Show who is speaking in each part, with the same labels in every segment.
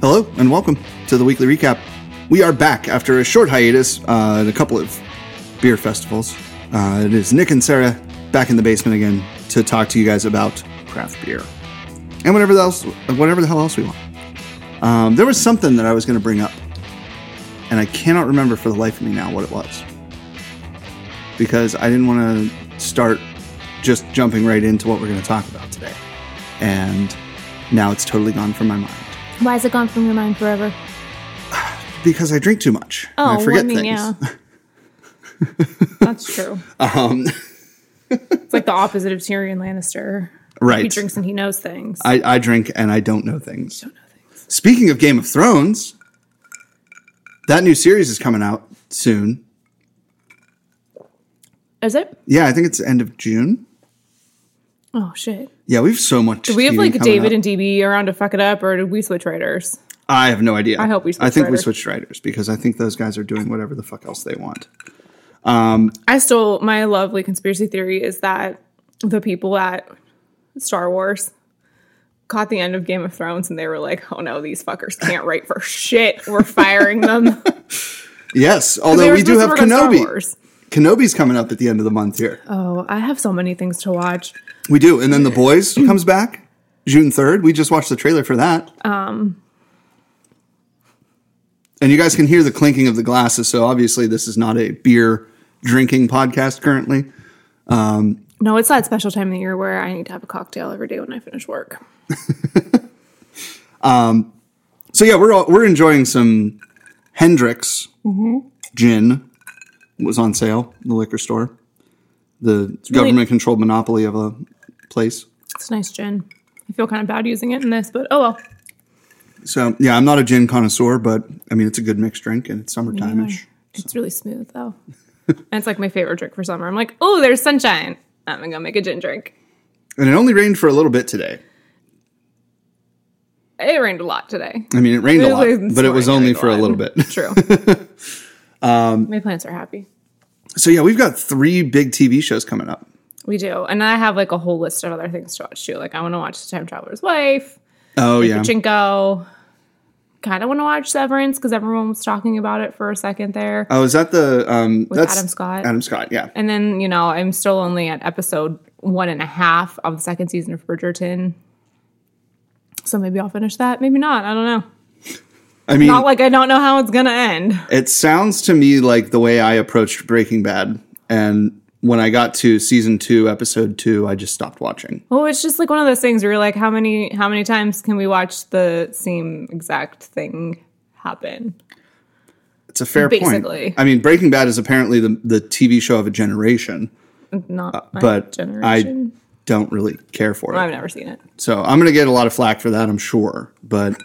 Speaker 1: Hello and welcome to the weekly recap. We are back after a short hiatus uh, and a couple of beer festivals. Uh, it is Nick and Sarah back in the basement again to talk to you guys about craft beer and whatever else, whatever the hell else we want. Um, there was something that I was going to bring up, and I cannot remember for the life of me now what it was because I didn't want to start just jumping right into what we're going to talk about today, and now it's totally gone from my mind.
Speaker 2: Why is it gone from your mind forever?
Speaker 1: Because I drink too much. and
Speaker 2: Oh,
Speaker 1: I
Speaker 2: well,
Speaker 1: forget
Speaker 2: I mean,
Speaker 1: things.
Speaker 2: yeah. That's true.
Speaker 1: Um,
Speaker 2: It's like the opposite of Tyrion Lannister. He
Speaker 1: Right.
Speaker 2: drinks and he knows things.
Speaker 1: I, I drink and I don't know things.
Speaker 2: don't know things.
Speaker 1: Speaking of Game of Thrones, that new series is coming out soon.
Speaker 2: Is it?
Speaker 1: Yeah, I think it's end of June.
Speaker 2: Oh shit.
Speaker 1: Yeah, we have so much.
Speaker 2: Do we have
Speaker 1: TV
Speaker 2: like
Speaker 1: coming
Speaker 2: David
Speaker 1: up.
Speaker 2: and DB around to fuck it up, or did we switch writers?
Speaker 1: I have no idea.
Speaker 2: I hope we
Speaker 1: I
Speaker 2: switched
Speaker 1: think we
Speaker 2: writers.
Speaker 1: switched writers because I think those guys are doing whatever the fuck else they want.
Speaker 2: I still my lovely conspiracy theory is that the people at Star Wars caught the end of Game of Thrones and they were like, "Oh no, these fuckers can't write for shit. We're firing them."
Speaker 1: Yes,
Speaker 2: They
Speaker 1: although
Speaker 2: were
Speaker 1: we do
Speaker 2: supposed to
Speaker 1: have
Speaker 2: work on Star
Speaker 1: Kenobi.
Speaker 2: Wars.
Speaker 1: Kenobi's coming up at the end of the month here.
Speaker 2: Oh, I have so many things to watch.
Speaker 1: We do, and then the boys comes back June third. We just watched the trailer for that. Um, and you guys can hear the clinking of the glasses. So obviously, this is not a beer drinking podcast currently.
Speaker 2: No, it's that special time of the year where I need to have a cocktail every day when I finish work.
Speaker 1: So yeah, we're all, we're enjoying some Hendrix gin. It was on sale in the liquor store. The
Speaker 2: really-
Speaker 1: government controlled monopoly of a place.
Speaker 2: It's nice gin. I feel kind of bad using it in this, but oh well.
Speaker 1: So yeah, I'm not a gin connoisseur, but I mean it's a good mixed drink and it's summertime ish.
Speaker 2: It's really smooth though. and it's like my favorite drink for summer. I'm like, oh, there's sunshine. I'm gonna go make a gin drink.
Speaker 1: And it only rained for a little bit today.
Speaker 2: It rained a lot today.
Speaker 1: I mean, it rained a lot,
Speaker 2: It was
Speaker 1: but it was only
Speaker 2: morning, rained a
Speaker 1: for a
Speaker 2: lot.
Speaker 1: little bit.
Speaker 2: True. my plants are happy.
Speaker 1: So yeah, we've got three big TV shows coming up.
Speaker 2: We do. And I have like a whole list of other things to watch too. Like I wanna watch The Time Traveler's Wife,
Speaker 1: Oh yeah,
Speaker 2: Pachinko. Kinda wanna watch Severance because everyone was talking about it for a second there.
Speaker 1: oh is that the um? that's
Speaker 2: Adam Scott.
Speaker 1: Adam Scott, yeah.
Speaker 2: And then, you know, I'm still only at episode one and a half of the second season of Bridgerton. So maybe I'll finish that. Maybe not. I don't know.
Speaker 1: I mean,
Speaker 2: Not like I don't know how it's going to end.
Speaker 1: it sounds to me like the way I approached Breaking Bad, and when I got to season two, episode two, I just stopped watching.
Speaker 2: Well, it's just like one of those things where you're like, how many how many times can we watch the same exact thing happen?
Speaker 1: It's a fair
Speaker 2: Basically.
Speaker 1: point. I mean, Breaking Bad is apparently the the TV show of a generation,
Speaker 2: Not my
Speaker 1: Uh, but
Speaker 2: generation.
Speaker 1: I don't really care for it.
Speaker 2: I've never seen it.
Speaker 1: So I'm gonna get a lot of flack for that, I'm sure. But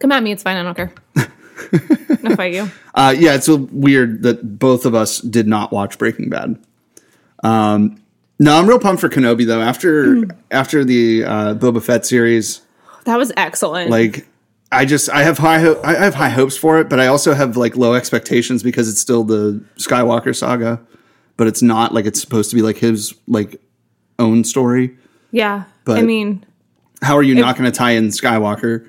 Speaker 2: Come at me, it's fine. I don't care. no fight you.
Speaker 1: Uh, yeah, it's a- weird that both of us did not watch Breaking Bad. Um, no, I'm real pumped for Kenobi though. After after the uh, Boba Fett series,
Speaker 2: That was excellent.
Speaker 1: like I just I have high ho- I have high hopes for it, but I also have like low expectations because it's still the Skywalker saga, but it's not like it's supposed to be like his like own story.
Speaker 2: yeah. I
Speaker 1: but-
Speaker 2: mean,
Speaker 1: How are you not going to tie in Skywalker?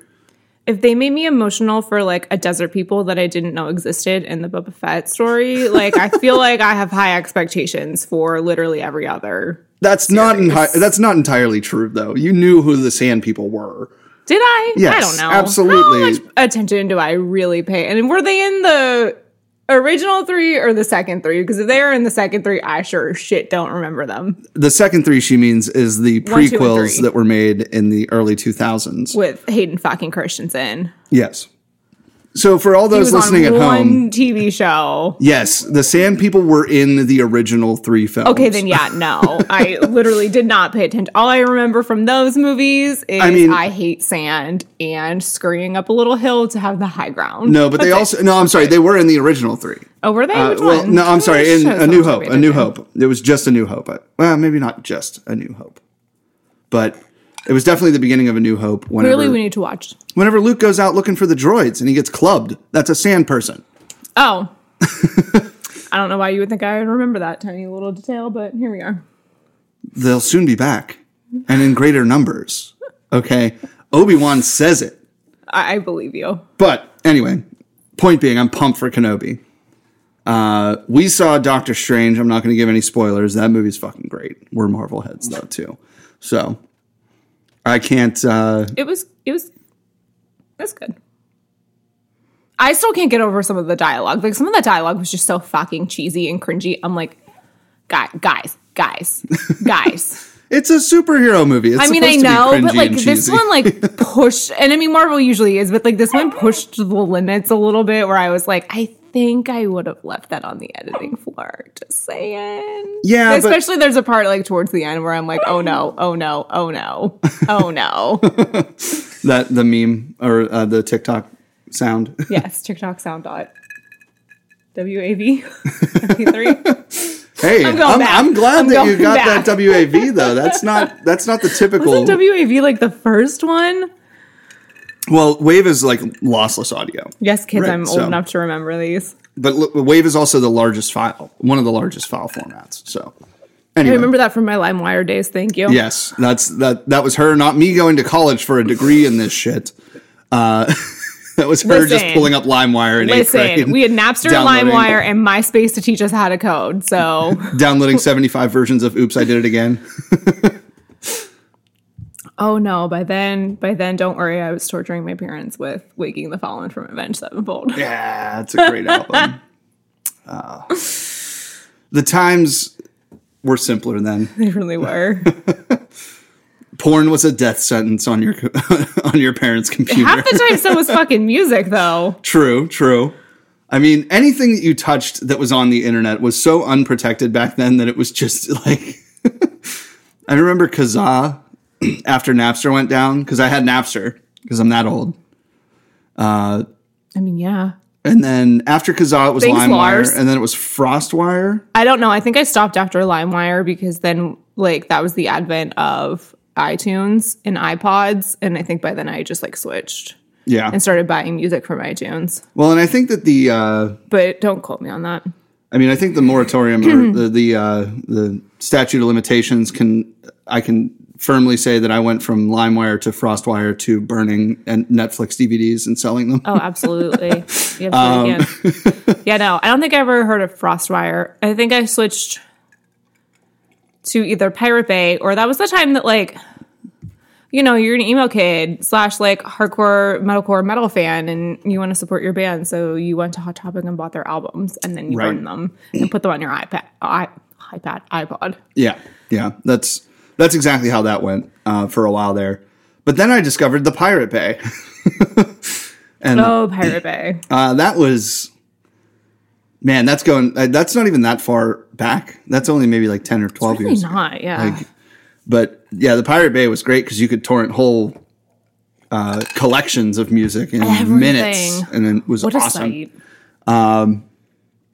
Speaker 2: if they made me emotional for like a desert people that I didn't know existed in the Boba Fett story, like I feel like I have high expectations for literally every other.
Speaker 1: That's not enti- that's not entirely true though. You knew who the Sand People were.
Speaker 2: Did I? I
Speaker 1: Yes,
Speaker 2: don't know.
Speaker 1: absolutely.
Speaker 2: How much attention do I really pay? And were they in the original three or the second three? Because if they are in the second three, I sure as shit don't remember them
Speaker 1: The second three she means is the
Speaker 2: One, two, and
Speaker 1: prequels
Speaker 2: three.
Speaker 1: that were made in the early 2000s.
Speaker 2: with Hayden fucking Christensen.
Speaker 1: Yes. So for all
Speaker 2: He
Speaker 1: those
Speaker 2: was
Speaker 1: listening at
Speaker 2: on one
Speaker 1: home,
Speaker 2: TV show.
Speaker 1: yes, the Sand People were in the original three films.
Speaker 2: Okay, then yeah, no. I literally did not pay attention. All I remember from those movies is I,
Speaker 1: mean-
Speaker 2: hate sand and scurrying up a little hill to have the high ground.
Speaker 1: No, but they also no. I'm sorry, they were in the original three.
Speaker 2: Oh, were they?
Speaker 1: Uh,
Speaker 2: Which
Speaker 1: well,
Speaker 2: one?
Speaker 1: no, I'm sorry.
Speaker 2: Which
Speaker 1: In
Speaker 2: shows
Speaker 1: A New
Speaker 2: so much
Speaker 1: Hope,
Speaker 2: we
Speaker 1: A New
Speaker 2: didn't?
Speaker 1: Hope. It was just A New Hope. I- Well, maybe not just A New Hope, but it was definitely the beginning of A New Hope. Whenever,
Speaker 2: Really, we need to watch.
Speaker 1: whenever Luke goes out looking for the droids and he gets clubbed, that's a sand person.
Speaker 2: Oh, I don't know why you would think I would remember that tiny little detail, but here we are.
Speaker 1: they'll soon be back and in greater numbers. Okay. Obi Wan says it.
Speaker 2: I, I believe you.
Speaker 1: But anyway, point being, I'm pumped for Kenobi. Uh, we saw Doctor Strange. I'm not going to give any spoilers. That movie's fucking great. We're Marvel heads though too, so I can't. Uh,
Speaker 2: It was it was that's good. I still can't get over some of the dialogue. Like some of the dialogue was just so fucking cheesy and cringy. I'm like, guy, guys, guys, guys.
Speaker 1: it's a superhero movie. It's
Speaker 2: I mean, I
Speaker 1: supposed to be
Speaker 2: know, but
Speaker 1: cringy
Speaker 2: like
Speaker 1: and
Speaker 2: this
Speaker 1: cheesy.
Speaker 2: one, like pushed, and I mean, Marvel usually is, but like this one pushed the limits a little bit. Where I was like, I think I would have left that on the editing floor. Just saying.
Speaker 1: Yeah, but-
Speaker 2: Especially there's a part like towards the end where I'm like, oh no, oh no, oh no, oh no.
Speaker 1: that the meme or uh, the TikTok sound.
Speaker 2: yes, TikTok sound dot. WAV 53.
Speaker 1: hey, I'm,
Speaker 2: going
Speaker 1: I'm,
Speaker 2: back.
Speaker 1: glad
Speaker 2: I'm
Speaker 1: that you
Speaker 2: going
Speaker 1: got
Speaker 2: back.
Speaker 1: that WAV though. That's not that's not the typical.
Speaker 2: Wasn't WAV like the first one?
Speaker 1: well, wave is like lossless audio.
Speaker 2: Yes, kids,
Speaker 1: Right,
Speaker 2: I'm old
Speaker 1: so-
Speaker 2: enough to remember these.
Speaker 1: but l- WAV is also the largest file, one of the largest file formats. So, anyway,
Speaker 2: I remember that from my LimeWire days. Thank you.
Speaker 1: yes, that's that. That was her, not me, going to college for a degree in this shit. Uh, that was her just
Speaker 2: Listen.
Speaker 1: pulling up LimeWire in eighth grade.
Speaker 2: Listen, we had Napster and
Speaker 1: downloading-
Speaker 2: LimeWire and MySpace to teach us how to code. So,
Speaker 1: downloading seventy-five versions of "Oops, I Did It Again."
Speaker 2: oh no, by then, by then, don't worry, I was torturing my parents with Waking the Fallen from Avenged Sevenfold.
Speaker 1: Yeah, it's a great album. Uh, the times were simpler then.
Speaker 2: They really were.
Speaker 1: Porn was a death sentence on your co- on your parents' computer.
Speaker 2: Half the time, so was fucking music, though.
Speaker 1: True, true. I mean, anything that you touched that was on the internet was so unprotected back then that it was just like. I remember Kazaa after Napster went down because I had Napster because I'm that old.
Speaker 2: I mean, yeah.
Speaker 1: And then after Kazaa, it was
Speaker 2: Thanks, Lars.
Speaker 1: LimeWire, and then it was FrostWire.
Speaker 2: I don't know. I think I stopped after LimeWire because then, like, that was the advent of iTunes and iPods. And I think by then I just, like, switched
Speaker 1: Yeah.
Speaker 2: and started buying music from iTunes.
Speaker 1: well, and I think that the, uh,
Speaker 2: But don't quote me on that.
Speaker 1: I mean, I think the moratorium or the the, uh, the statute of limitations can I can firmly say that I went from LimeWire to FrostWire to burning and Netflix DVDs and selling them.
Speaker 2: Oh, absolutely. You absolutely
Speaker 1: Um,
Speaker 2: can. Yeah, no, I don't think I ever heard of Frostwire. I think I switched to either Pirate Bay or that was the time that like you know, you're an emo kid slash like hardcore metalcore metal fan and you want to support your band, so you went to Hot Topic and bought their albums and then you
Speaker 1: Right.
Speaker 2: burned them and put them on your iPad i iPad, iPod.
Speaker 1: Yeah, yeah, that's that's exactly how that went uh, for a while there. But then I discovered the Pirate Bay.
Speaker 2: Oh, Pirate Bay.
Speaker 1: Uh, that was, man, that's going. Uh, that's not even that far back. That's only maybe like ten or twelve
Speaker 2: Really
Speaker 1: years.
Speaker 2: not, yeah.
Speaker 1: But yeah, the Pirate Bay was great because you could torrent whole uh, collections of music in minutes,
Speaker 2: Everything.
Speaker 1: and it was
Speaker 2: what a
Speaker 1: awesome.
Speaker 2: sight.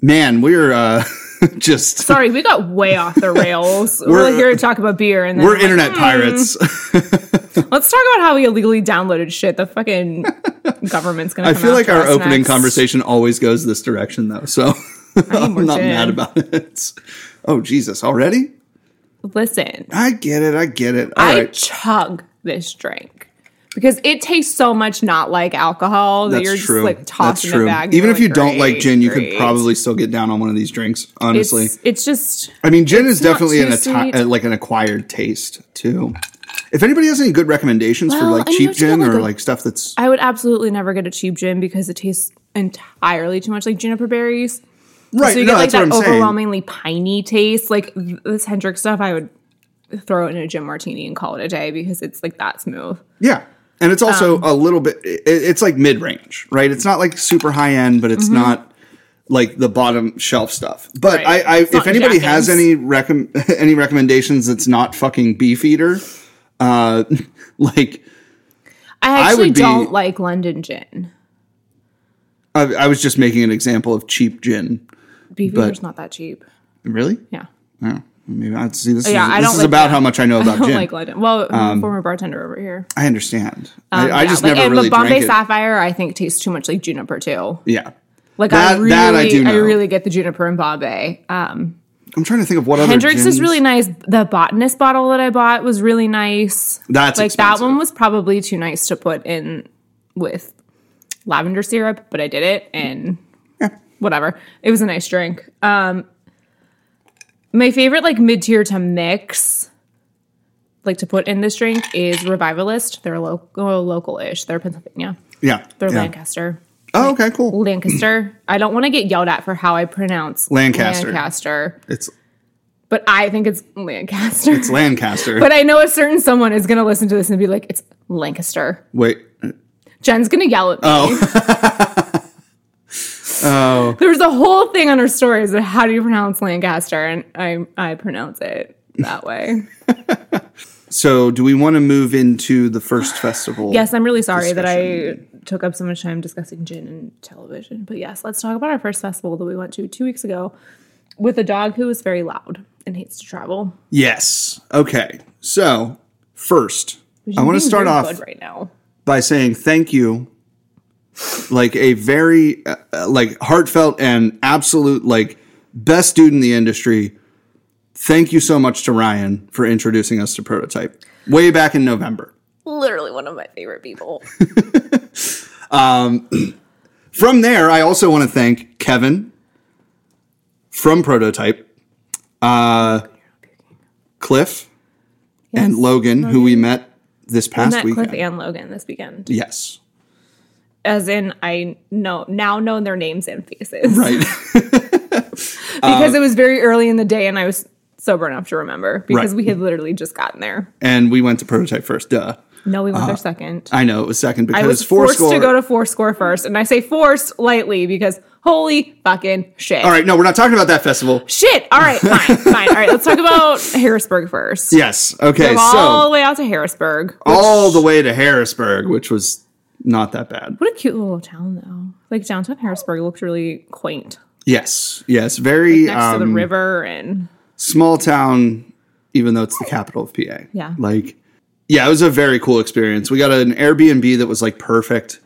Speaker 1: Man, we're uh, just
Speaker 2: Sorry, we got way off the rails. we're,
Speaker 1: We're-
Speaker 2: here to talk about beer and then
Speaker 1: we're
Speaker 2: I'm like,
Speaker 1: internet
Speaker 2: hmm.
Speaker 1: pirates.
Speaker 2: Let's talk about how we illegally downloaded shit. The fucking government's gonna.
Speaker 1: I
Speaker 2: come
Speaker 1: feel like
Speaker 2: after
Speaker 1: our
Speaker 2: us
Speaker 1: opening
Speaker 2: next.
Speaker 1: conversation always goes this direction, though. So I'm,
Speaker 2: we're
Speaker 1: not
Speaker 2: dead.
Speaker 1: mad about it. Oh Jesus! Already?
Speaker 2: Listen,
Speaker 1: I get it. I get it. All right.
Speaker 2: I chug this drink because it tastes so much not like alcohol that
Speaker 1: That's
Speaker 2: you're just
Speaker 1: true.
Speaker 2: like tossing
Speaker 1: That's true.
Speaker 2: it back. and
Speaker 1: Even
Speaker 2: you're
Speaker 1: if you don't like
Speaker 2: "Great,
Speaker 1: gin, you
Speaker 2: great."
Speaker 1: could probably still get down on one of these drinks.
Speaker 2: It's,
Speaker 1: Honestly,
Speaker 2: it's just
Speaker 1: I mean, gin is
Speaker 2: not
Speaker 1: definitely
Speaker 2: too
Speaker 1: an atti-
Speaker 2: sweet.
Speaker 1: uh, like an acquired taste too. If anybody has any good recommendations for
Speaker 2: Well,
Speaker 1: like
Speaker 2: I mean,
Speaker 1: cheap
Speaker 2: you have to get,
Speaker 1: gin
Speaker 2: like,
Speaker 1: or
Speaker 2: a-
Speaker 1: like stuff that's
Speaker 2: I would absolutely never get a cheap gin because it tastes entirely too much like juniper berries.
Speaker 1: right,
Speaker 2: So you
Speaker 1: no,
Speaker 2: get like
Speaker 1: that's what
Speaker 2: that
Speaker 1: I'm saying.
Speaker 2: overwhelmingly piney taste. Like th- this Hendrick stuff, I would throw it in a gin martini and call it a day because it's like that smooth.
Speaker 1: Yeah, and it's also
Speaker 2: Um,
Speaker 1: a little bit. It, it's like mid range, right? It's not like super high end, but it's
Speaker 2: Mm-hmm.
Speaker 1: not like the bottom shelf stuff. But
Speaker 2: Right.
Speaker 1: I, I
Speaker 2: It's
Speaker 1: if
Speaker 2: not
Speaker 1: anybody
Speaker 2: Jack
Speaker 1: has
Speaker 2: Daniels.
Speaker 1: any recom- any recommendations that's not fucking beefeater, uh, like.
Speaker 2: I actually
Speaker 1: would be-
Speaker 2: don't like London gin.
Speaker 1: I, I was just making an example of cheap gin.
Speaker 2: Beefeater's not that cheap.
Speaker 1: Really?
Speaker 2: Yeah.
Speaker 1: Oh, maybe I see this.
Speaker 2: Oh, Yeah,
Speaker 1: is,
Speaker 2: I
Speaker 1: this
Speaker 2: don't
Speaker 1: is
Speaker 2: like
Speaker 1: about
Speaker 2: that. Oh
Speaker 1: how much I know
Speaker 2: I
Speaker 1: about
Speaker 2: don't
Speaker 1: gin.
Speaker 2: like London. Well, I'm a former bartender over here.
Speaker 1: I understand.
Speaker 2: Um,
Speaker 1: I, I
Speaker 2: yeah,
Speaker 1: just
Speaker 2: like,
Speaker 1: never
Speaker 2: and
Speaker 1: really
Speaker 2: But Bombay
Speaker 1: drank
Speaker 2: Sapphire, I think, tastes too much like juniper too.
Speaker 1: it. Yeah,
Speaker 2: Like I
Speaker 1: That-
Speaker 2: really,
Speaker 1: that I
Speaker 2: I,
Speaker 1: do know.
Speaker 2: really get the juniper in Bombay. Um,
Speaker 1: I'm trying to think of what other.
Speaker 2: Hendrix
Speaker 1: gins-
Speaker 2: is really nice. The botanist bottle that I bought was really nice.
Speaker 1: That's
Speaker 2: like that
Speaker 1: expensive.
Speaker 2: one was probably too nice to put in with lavender syrup, but I did it and whatever. It was a nice drink. Um, my favorite like mid tier to mix, like to put in this drink is Revivalist. They're local local ish. They're Pennsylvania.
Speaker 1: Yeah.
Speaker 2: They're
Speaker 1: yeah.
Speaker 2: Lancaster.
Speaker 1: Oh, okay, cool.
Speaker 2: Lancaster. I don't want to get yelled at for how I pronounce
Speaker 1: Lancaster.
Speaker 2: Lancaster,
Speaker 1: It's
Speaker 2: but I think it's Lancaster.
Speaker 1: it's Lancaster.
Speaker 2: but I know a certain someone is going to listen to this and be like, it's Lancaster.
Speaker 1: Wait.
Speaker 2: Jen's gonna yell at me. Oh.
Speaker 1: Oh.
Speaker 2: There was a whole thing on her stories of how do you pronounce Lancaster, and I I pronounce it that way.
Speaker 1: So, do we want to move into the first festival?
Speaker 2: yes, I'm really sorry that I took up so much time discussing gin and television, but yes, let's talk about our first festival that we went to two weeks ago with a dog who is very loud and hates to travel.
Speaker 1: Yes. Okay. So, first, I want to
Speaker 2: Being
Speaker 1: start
Speaker 2: very
Speaker 1: off
Speaker 2: good right now.
Speaker 1: by saying thank you like a very uh, uh, like heartfelt and absolute like best dude in the industry thank you so much to ryan for introducing us to prototype way back in november
Speaker 2: Literally one of my favorite people.
Speaker 1: from there i also want to thank kevin from prototype uh, cliff and logan who we met this past
Speaker 2: Met
Speaker 1: weekend
Speaker 2: Cliff and Logan this weekend.
Speaker 1: yes
Speaker 2: as in I know now know their names and faces.
Speaker 1: Right. Um,
Speaker 2: because it was very early in the day and I was sober enough to remember because
Speaker 1: Right.
Speaker 2: we had literally just gotten there.
Speaker 1: and we went to prototype first duh
Speaker 2: No, we went there second.
Speaker 1: i know it was second Uh-huh. Uh, because
Speaker 2: I was
Speaker 1: four
Speaker 2: forced
Speaker 1: score
Speaker 2: to go to four score first, and I say forced lightly because holy fucking shit.
Speaker 1: All right, no, we're not talking about that festival.
Speaker 2: Shit. All right, fine, fine. All right, let's talk about Harrisburg first.
Speaker 1: Yes. Okay.
Speaker 2: Drove all the
Speaker 1: so
Speaker 2: way out to Harrisburg.
Speaker 1: all the way to Harrisburg, which was not that bad.
Speaker 2: What a cute little town though. Like downtown Harrisburg looked really quaint.
Speaker 1: Yes. Yes. Very
Speaker 2: Next to the
Speaker 1: um,
Speaker 2: river and
Speaker 1: small town, even though it's the capital of PA.
Speaker 2: Yeah.
Speaker 1: Like, yeah, it was a very cool experience. We got an Airbnb that was like perfect.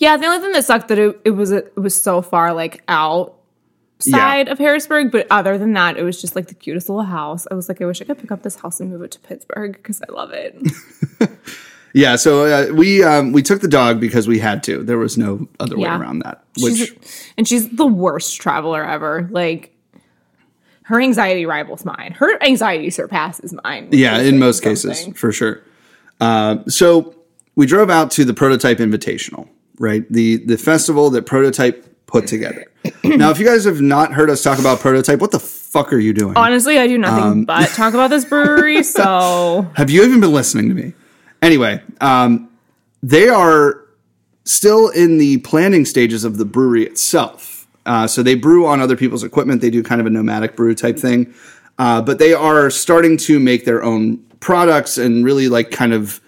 Speaker 2: Yeah, the only thing that sucked that it, it was it was so far like outside of Harrisburg, but other than that, it was just like the cutest little house. I was like, I wish I could pick up this house and move it to Pittsburgh because I love it.
Speaker 1: Yeah. So uh, we um, we took the dog because we had to. There was no other
Speaker 2: Yeah.
Speaker 1: way around that. Which
Speaker 2: She's- and she's the worst traveler ever. Like her anxiety rivals mine. Her anxiety surpasses mine. which
Speaker 1: yeah,
Speaker 2: is
Speaker 1: in most
Speaker 2: something.
Speaker 1: cases for sure. Uh, so we drove out to the Prototype Invitational, right? The the festival that Prototype put together. now, if you guys have not heard us talk about Prototype, what the fuck are you
Speaker 2: Oh,
Speaker 1: doing?
Speaker 2: Honestly, I do nothing
Speaker 1: Um,
Speaker 2: but talk about this brewery. So
Speaker 1: Have you even been listening to me? Anyway, um, they are still in the planning stages of the brewery itself. Uh, so they brew on other people's equipment. They do kind of a nomadic brew type thing, uh, but they are starting to make their own products and really like kind of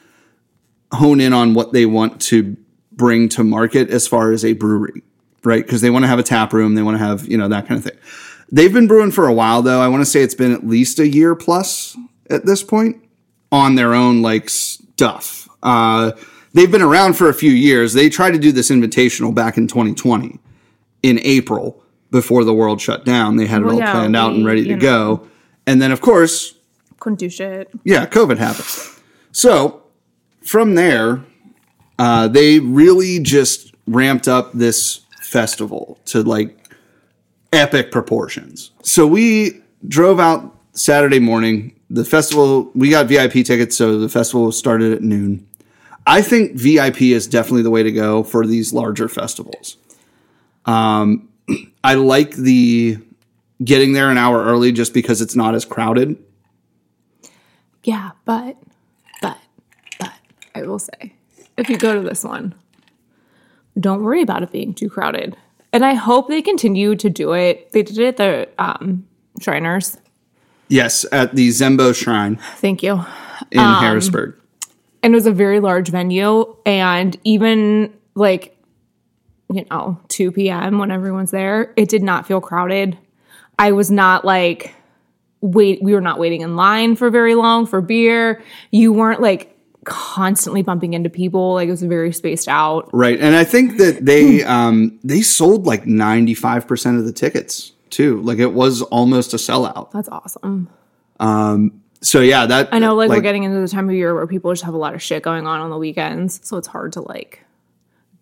Speaker 1: hone in on what they want to bring to market as far as a brewery, right? Because they want to have a tap room, they want to have you know that kind of thing. They've been brewing for a while though. I want to say it's been at least a year plus at this point on their own like stuff. Uh, they've been around for a few years. They tried to do this invitational back in 2020 in April before the world shut down. They had it all
Speaker 2: yeah,
Speaker 1: planned out and
Speaker 2: we-
Speaker 1: ready to
Speaker 2: you know.
Speaker 1: go. And then of course
Speaker 2: couldn't do shit.
Speaker 1: yeah, COVID happens. So from there, uh, they really just ramped up this festival to like epic proportions. So we drove out Saturday morning. The festival, we got VIP tickets, so the festival started at noon. I think VIP is definitely the way to go for these larger festivals. Um, I like the getting there an hour early just because it's not as crowded.
Speaker 2: Yeah, but, but, but, I will say, if you go to this one, don't worry about it being too crowded. And I hope they continue to do it. They did it at the um, Shriners.
Speaker 1: Yes, at the Zembo Shrine
Speaker 2: Thank you.
Speaker 1: in
Speaker 2: Um,
Speaker 1: Harrisburg.
Speaker 2: And it was a very large venue. And even like, you know, 2 p.m. when everyone's there, it did not feel crowded. I was not like, wait, we were not waiting in line for very long for beer. You weren't like constantly bumping into people. Like it was very spaced out.
Speaker 1: Right. And I think that
Speaker 2: hmm.
Speaker 1: they um they sold like 95% of the tickets too. Like it was almost a sellout.
Speaker 2: That's awesome.
Speaker 1: So yeah, that
Speaker 2: I know, like, we're getting into the time of year where people just have a lot of shit going on on the weekends, so it's hard to like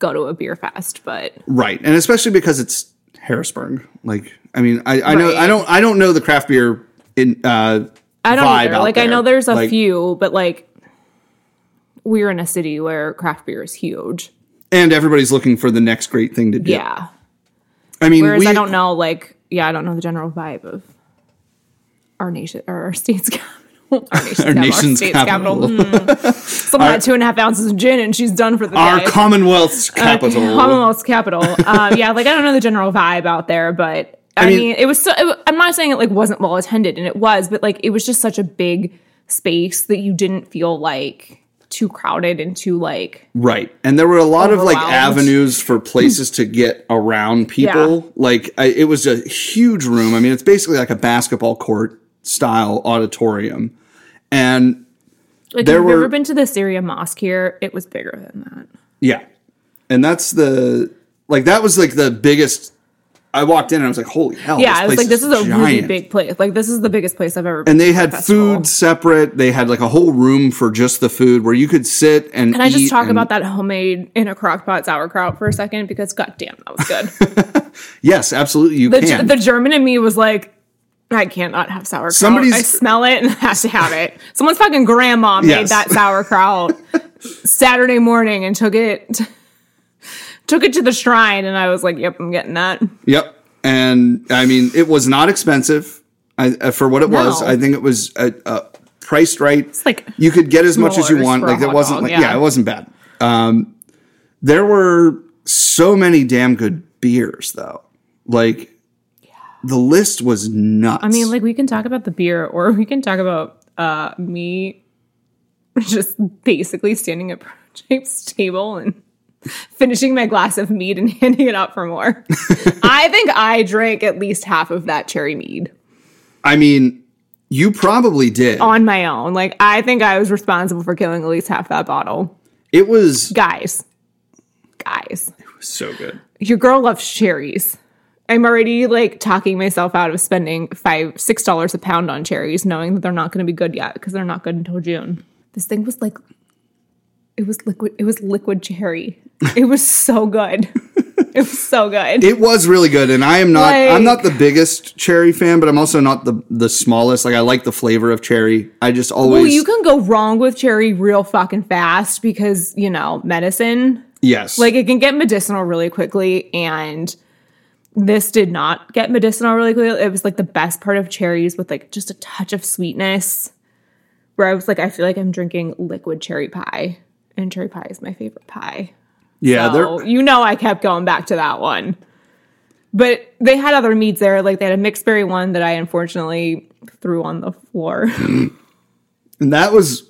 Speaker 2: go to a beer fest, but
Speaker 1: Right, and especially because it's Harrisburg. Like, I mean, I, I know
Speaker 2: Right.
Speaker 1: I don't I don't know the craft beer in uh,
Speaker 2: I don't
Speaker 1: vibe
Speaker 2: either.
Speaker 1: out
Speaker 2: Like I
Speaker 1: there.
Speaker 2: know there's a
Speaker 1: Like,
Speaker 2: few, but like we're in a city where craft beer is huge.
Speaker 1: and everybody's looking for the next great thing to do.
Speaker 2: Yeah.
Speaker 1: I mean,
Speaker 2: Whereas
Speaker 1: we
Speaker 2: I don't know, like, yeah, I don't know the general vibe of our nation or our state's capital. Our nation's, capital,
Speaker 1: nation's
Speaker 2: state's
Speaker 1: capital.
Speaker 2: Mm. Someone had two and a half ounces of gin and she's done for the
Speaker 1: our
Speaker 2: day.
Speaker 1: Commonwealth's capital.
Speaker 2: Commonwealth's capital. Um, yeah, like I don't know the general vibe out there, but I,
Speaker 1: mean-
Speaker 2: mean, it was. So, it, I'm not saying it like wasn't well attended, and it was, but like it was just such a big space that you didn't feel like too crowded and too like
Speaker 1: Right. And there were a lot of like
Speaker 2: Overwhelmed.
Speaker 1: avenues for places to get around people. Like I, it was a huge room. I mean, it's basically like a basketball court style auditorium. And
Speaker 2: Like
Speaker 1: There
Speaker 2: if you've
Speaker 1: were-
Speaker 2: ever been to the Syria mosque here, it was bigger than that.
Speaker 1: yeah. And that's the like that was like the biggest I walked in and I was like, "Holy hell."
Speaker 2: Yeah, I was
Speaker 1: place
Speaker 2: like, this is a really
Speaker 1: giant.
Speaker 2: big place. Like this is the biggest place I've ever been.
Speaker 1: and they
Speaker 2: to for a
Speaker 1: had
Speaker 2: festival.
Speaker 1: food separate. They had like a whole room for just the food where you could sit and
Speaker 2: Can I just talk about that homemade in a crock pot sauerkraut for a second? Because goddamn, that was good.
Speaker 1: Yes, absolutely you
Speaker 2: the,
Speaker 1: can.
Speaker 2: the German in me was like, I cannot have sauerkraut.
Speaker 1: Somebody's-
Speaker 2: I smell it and I have to have it. Someone's fucking grandma made
Speaker 1: Yes.
Speaker 2: that sauerkraut Saturday morning and took it took it to the shrine and I was like, Yep, I'm getting that.
Speaker 1: Yep. And I mean, it was not expensive I, uh, for what it was.
Speaker 2: No.
Speaker 1: I think it was uh, uh, priced right.
Speaker 2: It's like
Speaker 1: you could get as much as you
Speaker 2: $6
Speaker 1: want.
Speaker 2: for a
Speaker 1: Like it
Speaker 2: hot
Speaker 1: wasn't
Speaker 2: dog,
Speaker 1: like yeah.
Speaker 2: yeah.
Speaker 1: it wasn't bad. Um, there were so many damn good beers though. Like the list was nuts.
Speaker 2: I mean, like we can talk about the beer, or we can talk about uh, me just basically standing at Project's table and finishing my glass of mead and handing it out for more. I think I drank at least half of that cherry mead
Speaker 1: I mean, you probably did.
Speaker 2: on my own. Like I think I was responsible for killing at least half that bottle,
Speaker 1: It was
Speaker 2: guys. Guys,
Speaker 1: so good.
Speaker 2: your girl loves cherries. I'm already like talking myself out of spending five, six dollars a pound on cherries, knowing that they're not going to be good yet because they're not good until June. This thing was like, it was liquid. It was liquid cherry. It was so good. it was so good.
Speaker 1: It was really good, and I am not. I'm
Speaker 2: Like-
Speaker 1: not the biggest cherry fan, but I'm also not the the smallest. Like I like the flavor of cherry. I just always
Speaker 2: well, you can go wrong with cherry real fucking fast because you know medicine.
Speaker 1: yes.
Speaker 2: Like it can get medicinal really quickly, and this did not get medicinal really quickly. It was like the best part of cherries with like just a touch of sweetness. Where I was like, I feel like I'm drinking liquid cherry pie, and cherry pie is my favorite pie.
Speaker 1: yeah, they're-
Speaker 2: So you know, I kept going back to that one. But they had other meads there, like they had a mixed berry one that I unfortunately threw on the floor.
Speaker 1: And that was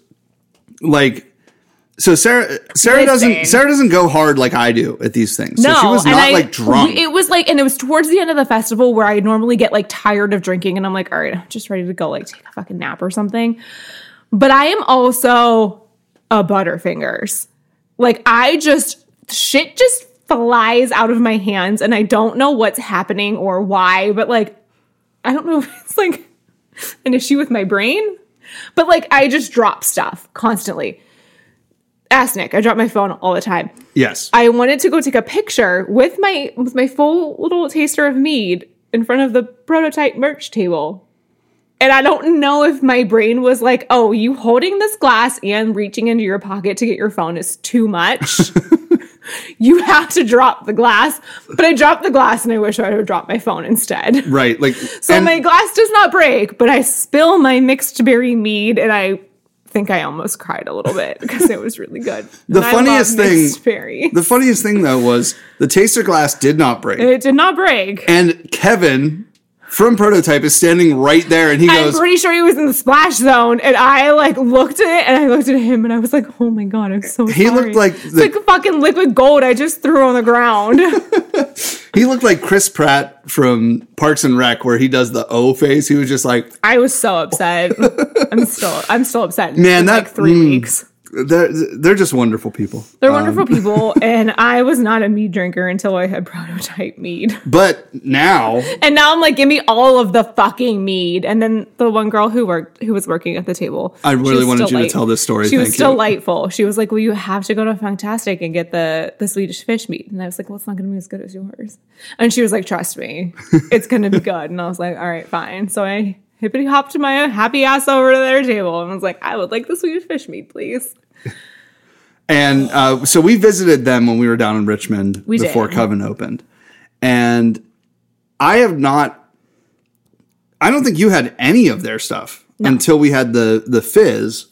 Speaker 1: like so Sarah Sarah doesn't
Speaker 2: Listen.
Speaker 1: Sarah doesn't go hard like I do at these things. so she was
Speaker 2: and
Speaker 1: not
Speaker 2: I-
Speaker 1: like drunk.
Speaker 2: It was like, and it was towards the end of the festival where I normally get like tired of drinking, and I'm like, all right, I'm just ready to go like take a fucking nap or something. But I am also a butterfingers. Like I just shit just flies out of my hands, and I don't know what's happening or why. But like, I don't know if it's like an issue with my brain, but like I just drop stuff constantly. Ask Nick. I drop my phone all the time.
Speaker 1: yes.
Speaker 2: I wanted to go take a picture with my with my full little taster of mead in front of the prototype merch table. And I don't know if my brain was like, "Oh, you holding this glass and reaching into your pocket to get your phone is too much. you have to drop the glass." But I dropped the glass and I wish I would have dropped my phone instead.
Speaker 1: right. Like so
Speaker 2: So my glass does not break, but I spill my mixed berry mead and I think I almost cried a little bit because it was really good.
Speaker 1: The
Speaker 2: And I love
Speaker 1: funniest thing-
Speaker 2: mixed berry.
Speaker 1: the funniest thing though was the taster glass did not break.
Speaker 2: It did not break.
Speaker 1: and Kevin from Prototype is standing right there and he
Speaker 2: I'm
Speaker 1: goes
Speaker 2: pretty sure he was in the splash zone, and I like looked at it, and I looked at him, and I was like, "Oh my god, I'm so."
Speaker 1: He
Speaker 2: sorry."
Speaker 1: looked like
Speaker 2: It's
Speaker 1: the-
Speaker 2: like fucking liquid gold I just threw on the ground.
Speaker 1: he looked like Chris Pratt from Parks and Rec where he does the O face. He was just like
Speaker 2: I was so upset. I'm still, I'm still upset.
Speaker 1: Man,
Speaker 2: It's
Speaker 1: that-
Speaker 2: like three
Speaker 1: mm. um,
Speaker 2: weeks.
Speaker 1: They're they're just wonderful people.
Speaker 2: They're wonderful people, and I was not a mead drinker until I had prototype mead.
Speaker 1: But now
Speaker 2: And now I'm like, give me all of the fucking mead. And then the one girl who worked, who was working at the table,
Speaker 1: I
Speaker 2: she
Speaker 1: really
Speaker 2: was
Speaker 1: wanted you to
Speaker 2: delight-
Speaker 1: tell this story.
Speaker 2: She was
Speaker 1: Thank you.
Speaker 2: delightful. She was like, well, you have to go to Fantastic and get the the Swedish fish meat. And I was like, well, it's not going to be as good as yours. And she was like, trust me, it's going to be good. And I was like, all right, fine. So I hippity hopped my happy ass over to their table and was like, I would like the Swedish fish meat, please.
Speaker 1: And uh, so we visited them when we were down in Richmond
Speaker 2: We
Speaker 1: before
Speaker 2: did.
Speaker 1: Coven opened. And I have not, I don't think you had any of their stuff until we had the the fizz.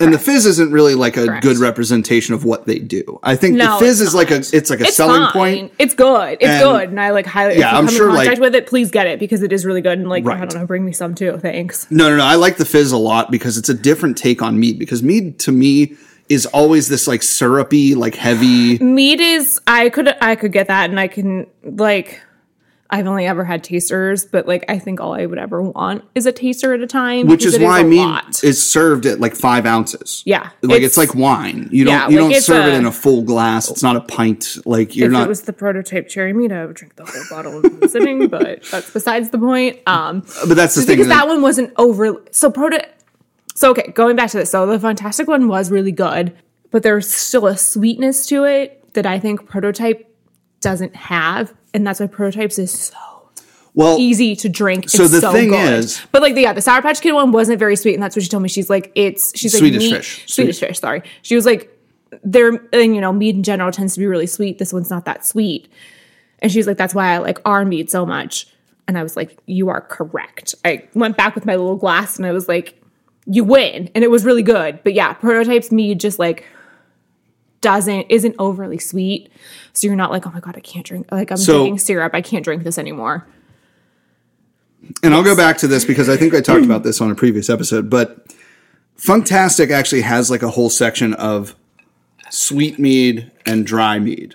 Speaker 1: And the fizz isn't really like a
Speaker 2: Correct.
Speaker 1: good representation of what they do. I think
Speaker 2: No,
Speaker 1: the fizz
Speaker 2: it's
Speaker 1: is like a it's like a
Speaker 2: It's
Speaker 1: selling
Speaker 2: fine.
Speaker 1: point.
Speaker 2: It's good. It's
Speaker 1: And-
Speaker 2: good. And I like highly,
Speaker 1: Yeah,
Speaker 2: if you
Speaker 1: I'm
Speaker 2: come
Speaker 1: sure,
Speaker 2: in
Speaker 1: like-
Speaker 2: contact with it, please get it because it is really good. And like, I
Speaker 1: Right.
Speaker 2: don't know, bring me some too. Thanks.
Speaker 1: No, no, no. I like the fizz a lot because it's a different take on mead. Because mead to me is always this like syrupy, like heavy.
Speaker 2: meat is i could i could get that and i can like i've only ever had tasters but like i think all i would ever want is a taster at a time
Speaker 1: which
Speaker 2: because
Speaker 1: is
Speaker 2: it
Speaker 1: why
Speaker 2: a
Speaker 1: mead
Speaker 2: lot.
Speaker 1: is served at like five ounces.
Speaker 2: Yeah.
Speaker 1: like it's,
Speaker 2: It's-
Speaker 1: like wine. You don't
Speaker 2: Yeah,
Speaker 1: you
Speaker 2: like,
Speaker 1: don't
Speaker 2: it's
Speaker 1: serve it
Speaker 2: a-
Speaker 1: in a full glass. It's not a pint. Like you're
Speaker 2: if
Speaker 1: not.
Speaker 2: it was the prototype cherry meat i would drink the whole bottle in one sitting but that's besides the point um
Speaker 1: but that's the thing.
Speaker 2: because
Speaker 1: that-
Speaker 2: that one wasn't over so proto so okay going back to this so the fantastic one was really good but there's still a sweetness to it that i think prototype doesn't have and that's why prototypes is so
Speaker 1: well,
Speaker 2: easy to drink.
Speaker 1: So
Speaker 2: it's
Speaker 1: the
Speaker 2: so
Speaker 1: thing
Speaker 2: good.
Speaker 1: is-
Speaker 2: but like the yeah, the Sour Patch Kid one wasn't very sweet, and that's what she told me. She's like, it's she's
Speaker 1: Swedish
Speaker 2: like meat-
Speaker 1: fish.
Speaker 2: Swedish fish. Sorry, she was like, they're and you know meat in general tends to be really sweet. This one's not that sweet, and she's like, that's why I like our meat so much. And I was like, you are correct. I went back with my little glass, and I was like, you win, and it was really good. But yeah, prototypes mead just like doesn't isn't overly sweet so you're not like oh my god i can't drink like i'm
Speaker 1: So-
Speaker 2: drinking syrup i can't drink this anymore
Speaker 1: and I'll go back to this because I think I talked about this on a previous episode. But Funtastic actually has like a whole section of sweet mead and dry mead.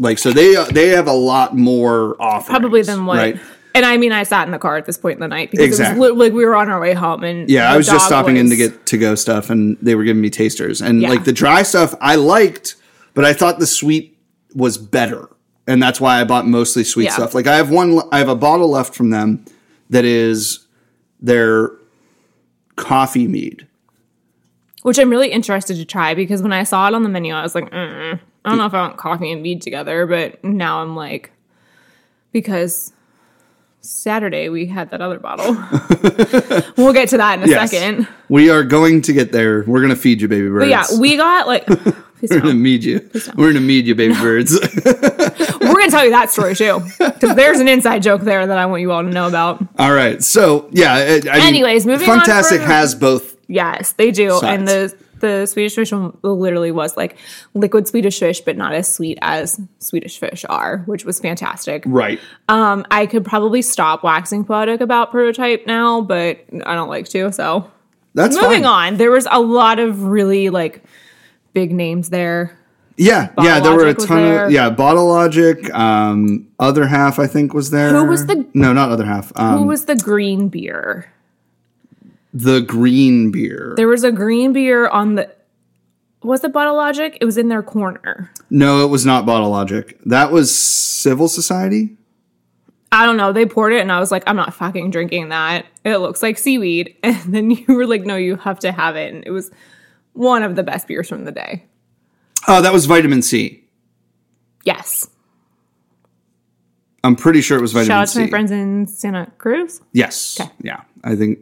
Speaker 1: Like so, they they have a lot more offerings.
Speaker 2: probably than what.
Speaker 1: Right?
Speaker 2: And I mean, I sat in the car at this point in the night because
Speaker 1: Exactly.
Speaker 2: it was li- like we were on our way home, and
Speaker 1: Yeah, I
Speaker 2: the
Speaker 1: was just
Speaker 2: dog
Speaker 1: stopping in to
Speaker 2: was-
Speaker 1: get to go stuff, and they were giving me tasters, and
Speaker 2: Yeah.
Speaker 1: like the dry stuff I liked, but I thought the sweet was better, and that's why I bought mostly sweet
Speaker 2: Yeah.
Speaker 1: stuff. Like I have one, I have a bottle left from them that is their coffee mead.
Speaker 2: which I'm really interested to try because when I saw it on the menu, I was like, mm, I don't know if I want coffee and mead together, but now I'm like, because Saturday we had that other bottle. we'll get to that in a
Speaker 1: Yes.
Speaker 2: second.
Speaker 1: We are going to get there. We're gonna feed you, baby birds.
Speaker 2: But yeah, we got like. please
Speaker 1: We're
Speaker 2: don't.
Speaker 1: gonna mead you. We're gonna mead you, baby birds.
Speaker 2: We're gonna tell you that story too, because there's an inside joke there that I want you all to know about.
Speaker 1: All right. So yeah. I- I mean,
Speaker 2: Anyways, moving on
Speaker 1: Funtastic
Speaker 2: further.
Speaker 1: has both
Speaker 2: Yes, they do.
Speaker 1: Sides.
Speaker 2: And the the Swedish fish one literally was like liquid Swedish fish, but not as sweet as Swedish fish are, which was fantastic.
Speaker 1: right.
Speaker 2: Um, I could probably stop waxing poetic about prototype now, but I don't like to. So
Speaker 1: That's
Speaker 2: moving
Speaker 1: fine.
Speaker 2: on, there was a lot of really like big names there.
Speaker 1: Yeah, yeah, there were a
Speaker 2: Logic was
Speaker 1: ton
Speaker 2: there.
Speaker 1: of yeah, Bottle Logic, um, other half I think was there.
Speaker 2: Who was the-
Speaker 1: No, not other half. Um,
Speaker 2: Who was the green beer?
Speaker 1: the green beer.
Speaker 2: There was a green beer on the was it Bottle Logic? It was in their corner.
Speaker 1: no, it was not Bottle Logic. That was Civil Society.
Speaker 2: I don't know. They poured it, and I was like, I'm not fucking drinking that. It looks like seaweed. And then you were like, No, you have to have it. And it was one of the best beers from the day.
Speaker 1: Oh, that was Vitamin C.
Speaker 2: Yes.
Speaker 1: I'm pretty sure it was Vitamin
Speaker 2: Shout out
Speaker 1: C.
Speaker 2: to my friends in Santa Cruz.
Speaker 1: Yes. Yeah, I think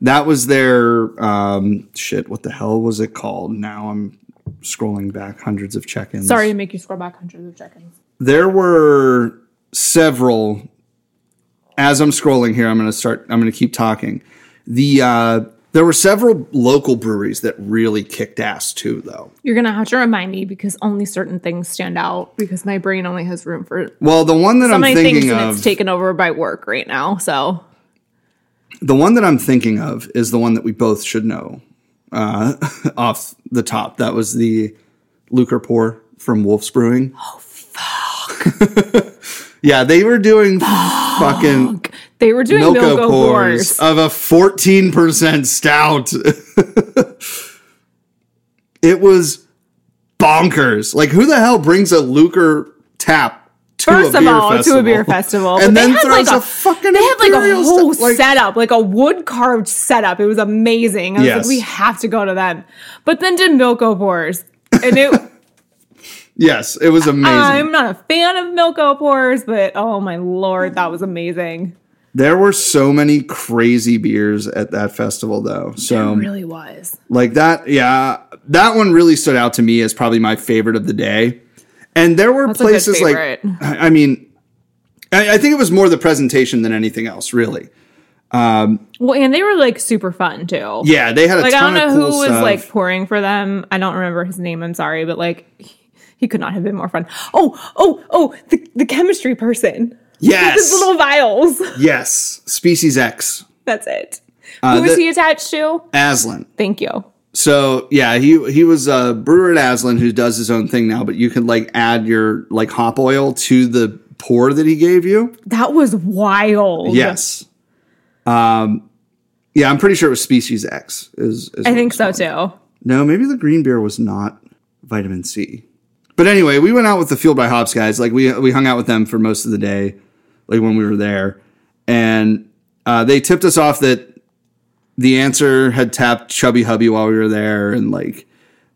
Speaker 1: that was their um, shit. What the hell was it called? Now I'm scrolling back hundreds of check-ins.
Speaker 2: Sorry to make you scroll back hundreds of seconds.
Speaker 1: there were several as i'm scrolling here i'm going to start i'm going to keep talking the uh, there were several local breweries that really kicked ass too though
Speaker 2: You're going to have to remind me because only certain things stand out because my brain only has room for
Speaker 1: well the one that
Speaker 2: so
Speaker 1: i'm
Speaker 2: many
Speaker 1: thinking
Speaker 2: things, and
Speaker 1: of
Speaker 2: it's taken over by work right now. So
Speaker 1: the one that i'm thinking of is the one that we both should know uh, off the top that was the lucre pour from wolf's brewing oh fuck yeah they were doing fucking
Speaker 2: they were doing
Speaker 1: Milko
Speaker 2: Milko,
Speaker 1: pours
Speaker 2: pours.
Speaker 1: of a 14% stout. It was bonkers. Like, who the hell brings a lucre tap to
Speaker 2: First
Speaker 1: a
Speaker 2: of
Speaker 1: beer
Speaker 2: all,
Speaker 1: festival?
Speaker 2: to a beer festival,
Speaker 1: and then
Speaker 2: But they had
Speaker 1: throws
Speaker 2: like
Speaker 1: a, fucking
Speaker 2: they had like a
Speaker 1: imperial
Speaker 2: whole
Speaker 1: stout, like,
Speaker 2: setup, like a wood carved setup. It was amazing. I was
Speaker 1: Yes.
Speaker 2: like, we have to go to them. But then did Milko Pours, and it.
Speaker 1: Yes, it was amazing.
Speaker 2: I'm not a fan of Milko Pours, but oh my lord, that was amazing.
Speaker 1: there were so many crazy beers at that festival, though. So
Speaker 2: it really was.
Speaker 1: Like that, yeah. That one really stood out to me as probably my favorite of the day. And there were
Speaker 2: That's a good
Speaker 1: places like,
Speaker 2: favorite.
Speaker 1: I I mean, I, I think it was more the presentation than anything else, really.
Speaker 2: Well, and they were like super fun too.
Speaker 1: Yeah, they had a
Speaker 2: Like I
Speaker 1: ton
Speaker 2: don't know
Speaker 1: of
Speaker 2: who
Speaker 1: cool
Speaker 2: was
Speaker 1: stuff.
Speaker 2: like pouring for them. I don't remember his name. I'm sorry, but like he, he could not have been more fun. Oh, oh, oh! The, the chemistry person.
Speaker 1: yes,
Speaker 2: His little vials.
Speaker 1: yes, species X,
Speaker 2: That's it. Who was
Speaker 1: Uh, the-
Speaker 2: he attached to?
Speaker 1: Aslan.
Speaker 2: Thank you.
Speaker 1: So yeah, he he was a brewer at Aslan who does his own thing now, but you could like add your like hop oil to the pour that he gave you.
Speaker 2: That was wild.
Speaker 1: Yes. Um, yeah, I'm pretty sure it was species X. Is, is
Speaker 2: I
Speaker 1: what
Speaker 2: think
Speaker 1: it was
Speaker 2: so
Speaker 1: called.
Speaker 2: too.
Speaker 1: No, maybe the green beer was not vitamin C. But anyway, we went out with the Field by Hops guys. Like we we hung out with them for most of the day, like when we were there, and uh, they tipped us off that the answer had tapped Chubby Hubby while we were there, and like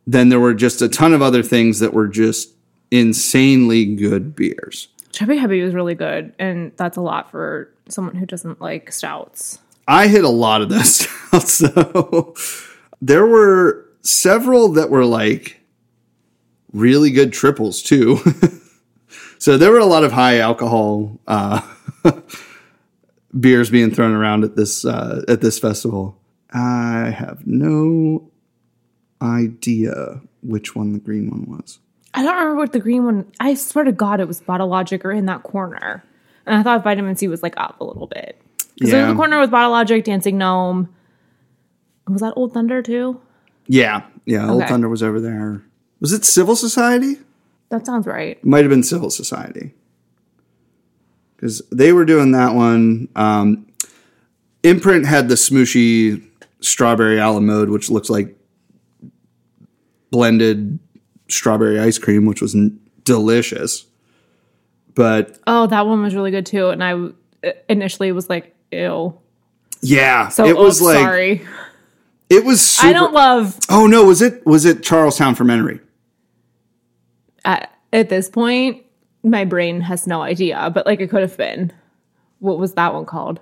Speaker 1: then there were just a ton of other things that were just insanely good beers.
Speaker 2: Chubby Hubby was really good, and that's a lot for someone who doesn't like stouts.
Speaker 1: I hit a lot of those stouts though. there were several that were like really good triples too. so there were a lot of high alcohol uh, beers being thrown around at this uh, at this festival. I have no idea which one the green one was.
Speaker 2: I don't remember what the green one. I swear to God, it was Bottle Logic or in that corner, and I thought Vitamin C was like up a little bit. Because in
Speaker 1: Yeah.
Speaker 2: the corner was Bottle Logic, Dancing Gnome. Was that Old Thunder too?
Speaker 1: Yeah, yeah. Old
Speaker 2: Okay.
Speaker 1: Thunder was over there. Was it Civil Society?
Speaker 2: That sounds right.
Speaker 1: might have been civil society because they were doing that one um, imprint had the smooshy strawberry a la mode which looks like blended strawberry ice cream which was n- delicious but
Speaker 2: Oh, that one was really good too, and I w- initially was like, "Ew."
Speaker 1: yeah
Speaker 2: So
Speaker 1: it was
Speaker 2: oh,
Speaker 1: like
Speaker 2: sorry.
Speaker 1: it was super,
Speaker 2: I don't love
Speaker 1: oh no was it was it charlestown fermentary
Speaker 2: at, at this point, my brain has no idea, but like it could have been. What was that one called?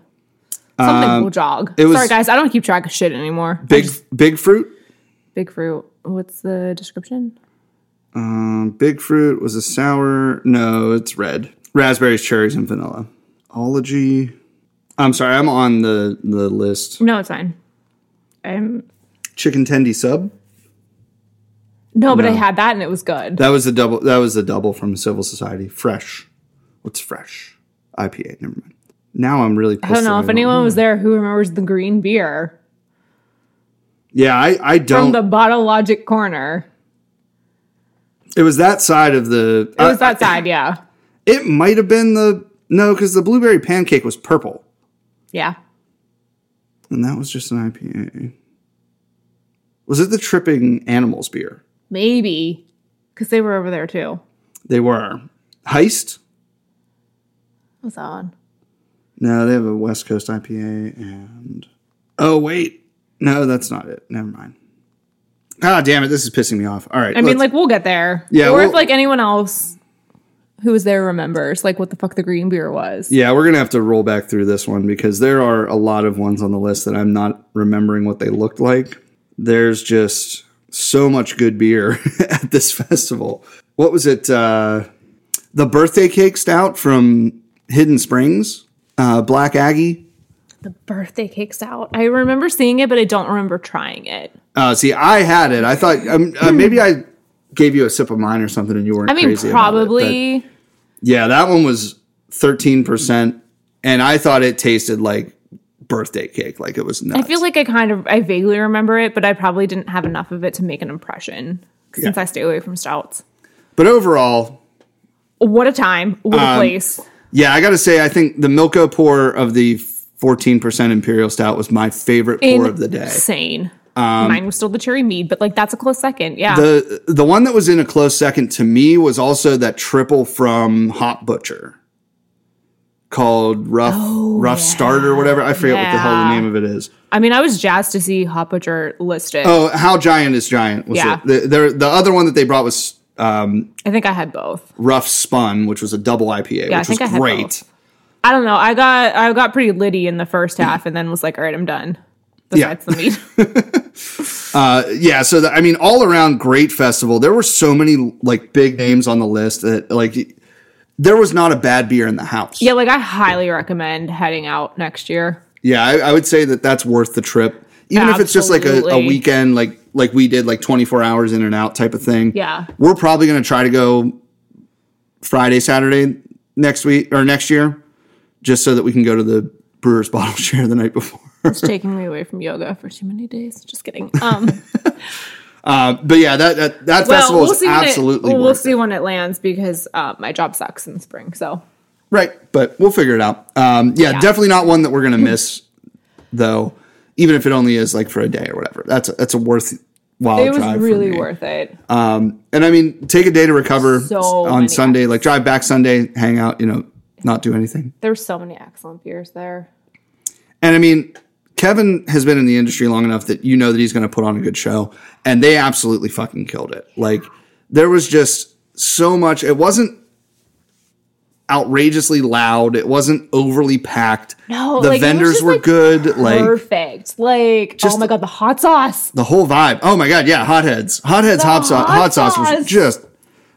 Speaker 2: Something will jog.
Speaker 1: Um, it was-
Speaker 2: Sorry, guys, I don't keep track of shit anymore.
Speaker 1: big big fruit
Speaker 2: Big fruit. What's the description?
Speaker 1: Um, big fruit was a sour. No, it's red. Raspberries, cherries, and vanilla. Ology. I'm sorry, I'm on the the list.
Speaker 2: No, it's fine. I'm
Speaker 1: Chicken tendy sub.
Speaker 2: no, but I had that and it was good.
Speaker 1: That was the double. That was the double from Civil Society. Fresh. What's fresh? IPA. Never mind. Now I'm really. Pissed
Speaker 2: I don't know
Speaker 1: that
Speaker 2: if anyone was there who remembers the green beer
Speaker 1: Yeah, I I
Speaker 2: from
Speaker 1: don't.
Speaker 2: the Bottle Logic corner.
Speaker 1: it was that side of the.
Speaker 2: It was that side, yeah,
Speaker 1: It might have been the no, because the blueberry pancake was purple,
Speaker 2: yeah.
Speaker 1: and that was just an IPA. Was it the tripping animals beer?
Speaker 2: Maybe. Because they were over there too.
Speaker 1: They were. Heist?
Speaker 2: What's that one?
Speaker 1: No, they have a West Coast IPA and. Oh, wait. No, that's not it. Never mind. Ah, damn it. This is pissing me off. All right.
Speaker 2: I mean, like, we'll get there.
Speaker 1: Yeah,
Speaker 2: Or
Speaker 1: we'll-
Speaker 2: if, like, anyone else who was there remembers, like, what the fuck the green beer was.
Speaker 1: Yeah, we're going to have to roll back through this one because there are a lot of ones on the list that I'm not remembering what they looked like. There's just so much good beer at this festival. What was it? Uh, the birthday cake stout from Hidden Springs, uh, Black Aggie.
Speaker 2: The birthday cakes out. I remember seeing it, but I don't remember trying it.
Speaker 1: Oh, see, I had it. I thought um, uh, maybe I gave you a sip of mine or something, and you weren't.
Speaker 2: Hmm. I mean,
Speaker 1: crazy about it,
Speaker 2: probably.
Speaker 1: but yeah, that one was thirteen percent, and I thought it tasted like birthday cake, like it was nuts.
Speaker 2: I feel like I kind of, I vaguely remember it, but I probably didn't have enough of it to make an impression since I stay away from stouts.
Speaker 1: but overall,
Speaker 2: What a time. What
Speaker 1: Um,
Speaker 2: a place.
Speaker 1: yeah, I got to say, I think the Milko pour of the fourteen percent imperial stout was my favorite pour of the day. Um,
Speaker 2: Insane. Mine was still the cherry mead, but like that's a close second. Yeah.
Speaker 1: The the one that was in a close second to me was also that triple from Hot Butcher called Rough Rough Start or whatever. I forget what the hell the
Speaker 2: Oh, Yeah.
Speaker 1: name of it is.
Speaker 2: I mean, I was jazzed to see Hot Butcher listed.
Speaker 1: Oh, How Giant is Giant was
Speaker 2: Yeah.
Speaker 1: it? The, there- the other one that they brought was
Speaker 2: I think I had both.
Speaker 1: Rough Spun, which was a double IPA,
Speaker 2: I
Speaker 1: which
Speaker 2: think I
Speaker 1: was
Speaker 2: had
Speaker 1: great.
Speaker 2: both. I don't know. I got I got pretty litty in the first half, and then was like, all right, I'm done. Besides the meat.
Speaker 1: yeah so the, i mean all around great festival there were so many like big names on the list that like there was not a bad beer in the house
Speaker 2: yeah, like I highly recommend heading out next year.
Speaker 1: yeah I, I would say that that's worth the trip even if it's just like a, a
Speaker 2: Absolutely.
Speaker 1: weekend like like we did like 24 hours in and out type of thing
Speaker 2: Yeah.
Speaker 1: we're probably going to try to go friday saturday next week or next year just so that we can go to the brewer's bottle share the night before
Speaker 2: It's taking me away from yoga for too many days. Just kidding. Um,
Speaker 1: but yeah that that, that festival is
Speaker 2: when it-
Speaker 1: absolutely
Speaker 2: we'll
Speaker 1: worth it.
Speaker 2: see when it lands because uh, my job sucks in the spring. So
Speaker 1: Right, but we'll figure it out. Um, yeah, definitely not one that we're gonna miss, though. Even if it only is like for a day or whatever, that's a, that's a worthwhile.
Speaker 2: it was
Speaker 1: drive for
Speaker 2: really
Speaker 1: me. Uh,
Speaker 2: worth it.
Speaker 1: Um, And I mean, take a day to recover
Speaker 2: So
Speaker 1: on
Speaker 2: many
Speaker 1: Sunday, like drive back Sunday, hang out, you know, not do anything.
Speaker 2: There were so many excellent beers there.
Speaker 1: And I mean, Kevin has been in the industry long enough that you know that he's going to put on a good show, and they absolutely fucking killed it. Like there was just so much. It wasn't outrageously loud. It wasn't overly packed.
Speaker 2: No,
Speaker 1: the
Speaker 2: like, it was
Speaker 1: vendors
Speaker 2: just,
Speaker 1: were
Speaker 2: like,
Speaker 1: good. Like
Speaker 2: Perfect. Like, oh my God, the hot sauce.
Speaker 1: the whole vibe. Oh my god, yeah, hotheads, hotheads, hot sauce,
Speaker 2: hot
Speaker 1: hot sauce
Speaker 2: sauce.
Speaker 1: was just.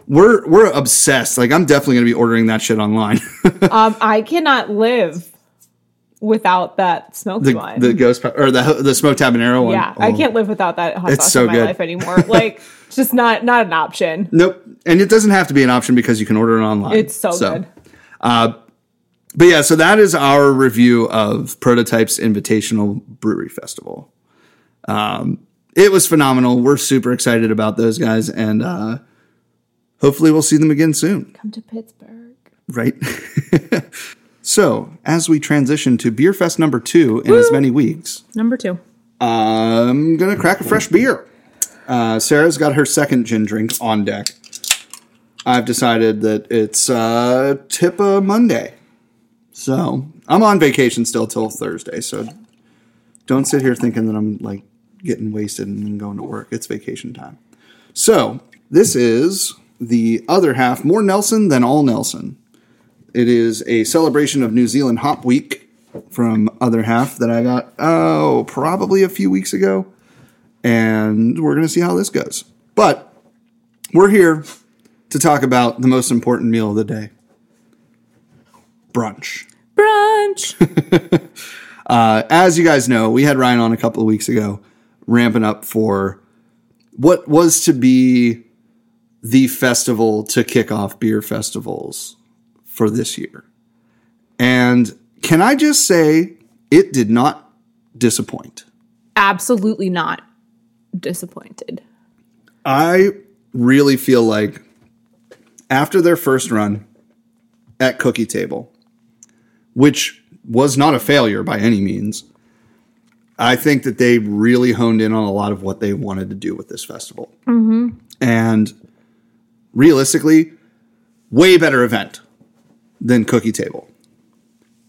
Speaker 1: We're we're obsessed. Like I'm definitely going to be ordering that shit online.
Speaker 2: Um, I cannot live without that smoked
Speaker 1: the,
Speaker 2: one.
Speaker 1: the ghost pep- or the the smoked habanero one.
Speaker 2: yeah, I
Speaker 1: Oh.
Speaker 2: can't live without that hot
Speaker 1: It's
Speaker 2: sauce
Speaker 1: so
Speaker 2: in my
Speaker 1: good.
Speaker 2: life anymore. Like, just not not an option.
Speaker 1: Nope. And it doesn't have to be an option because you can order it online. uh,
Speaker 2: It's so, good.
Speaker 1: But yeah, so that is our review of Prototypes Invitational Brewery Festival. Um, it was phenomenal. We're super excited about those guys, and uh, hopefully we'll see them again soon,
Speaker 2: Come to Pittsburgh.
Speaker 1: right? so as we transition to Beer Fest number two in as many weeks,
Speaker 2: Number two.
Speaker 1: I'm gonna crack a fresh beer. Uh, Sarah's got her second gin drink on deck. I've decided that it's uh, Tippa Monday, so I'm on vacation still till Thursday. So don't sit here thinking that I'm like getting wasted and then going to work. It's vacation time. So this is the other half, more Nelson than all Nelson. It is a celebration of New Zealand Hop Week from Other Half that I got, oh, probably a few weeks ago. And we're going to see how this goes. But we're here to talk about the most important meal of the day brunch.
Speaker 2: Brunch.
Speaker 1: Uh, as you guys know, we had Ryan on a couple of weeks ago, ramping up for what was to be the festival to kick off beer festivals for this year. And can I just say, it did not disappoint.
Speaker 2: Absolutely not disappointed.
Speaker 1: I really feel like after their first run at Cookie Table, which was not a failure by any means, I think that they really honed in on a lot of what they wanted to do with this festival. Mm-hmm. And realistically, way better event than Cookie Table.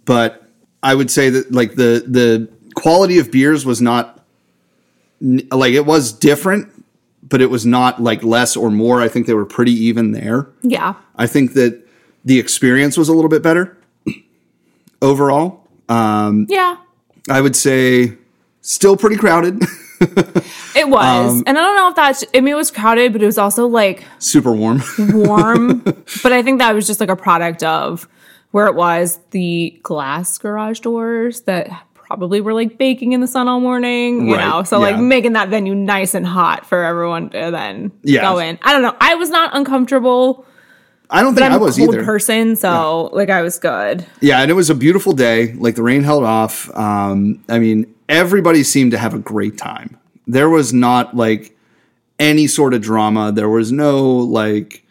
Speaker 1: But I would say that like the the quality of beers was not n- like it was different, but it was not like less or more. I think they were pretty even there.
Speaker 2: Yeah.
Speaker 1: I think that the experience was a little bit better overall.
Speaker 2: Yeah.
Speaker 1: I would say still pretty crowded,
Speaker 2: It was.
Speaker 1: Um,
Speaker 2: and I don't know if that's, I mean, it was crowded, but it was also like
Speaker 1: super warm.
Speaker 2: warm. but I think that was just like a product of where it was the glass garage doors that probably were like baking in the sun all morning, you
Speaker 1: Right,
Speaker 2: know? So like
Speaker 1: yeah.
Speaker 2: making that venue nice and hot for everyone to then
Speaker 1: Yeah.
Speaker 2: go in. I don't know. I was not uncomfortable.
Speaker 1: I don't think
Speaker 2: I'm
Speaker 1: I was
Speaker 2: a cold
Speaker 1: either.
Speaker 2: person, so like I was good.
Speaker 1: Yeah, and it was a beautiful day. Like the rain held off. Um, I mean, everybody seemed to have a great time. There was not like any sort of drama. There was no like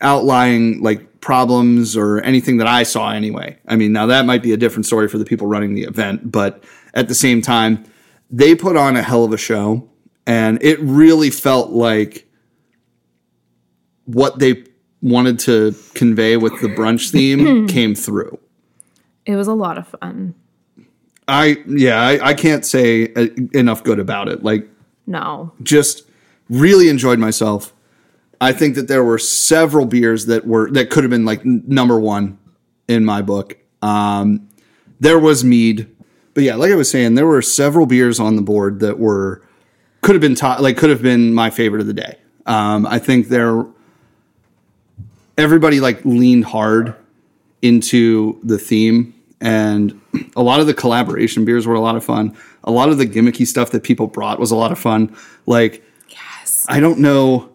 Speaker 1: outlying like problems or anything that I saw anyway. I mean, now that might be a different story for the people running the event, but at the same time, they put on a hell of a show, and it really felt like what they wanted to convey with the brunch theme came through.
Speaker 2: It was a lot of fun.
Speaker 1: I yeah, I, I can't say uh, enough good about it. Like,
Speaker 2: No.
Speaker 1: just really enjoyed myself. I think that there were several beers that were that could have been like n- number one in my book. Um, there was mead, but yeah, like I was saying, there were several beers on the board that were could have been top, like could have been my favorite of the day. Um, I think there everybody like leaned hard into the theme and a lot of the collaboration beers were a lot of fun a lot of the gimmicky stuff that people brought was a lot of fun like yes i don't know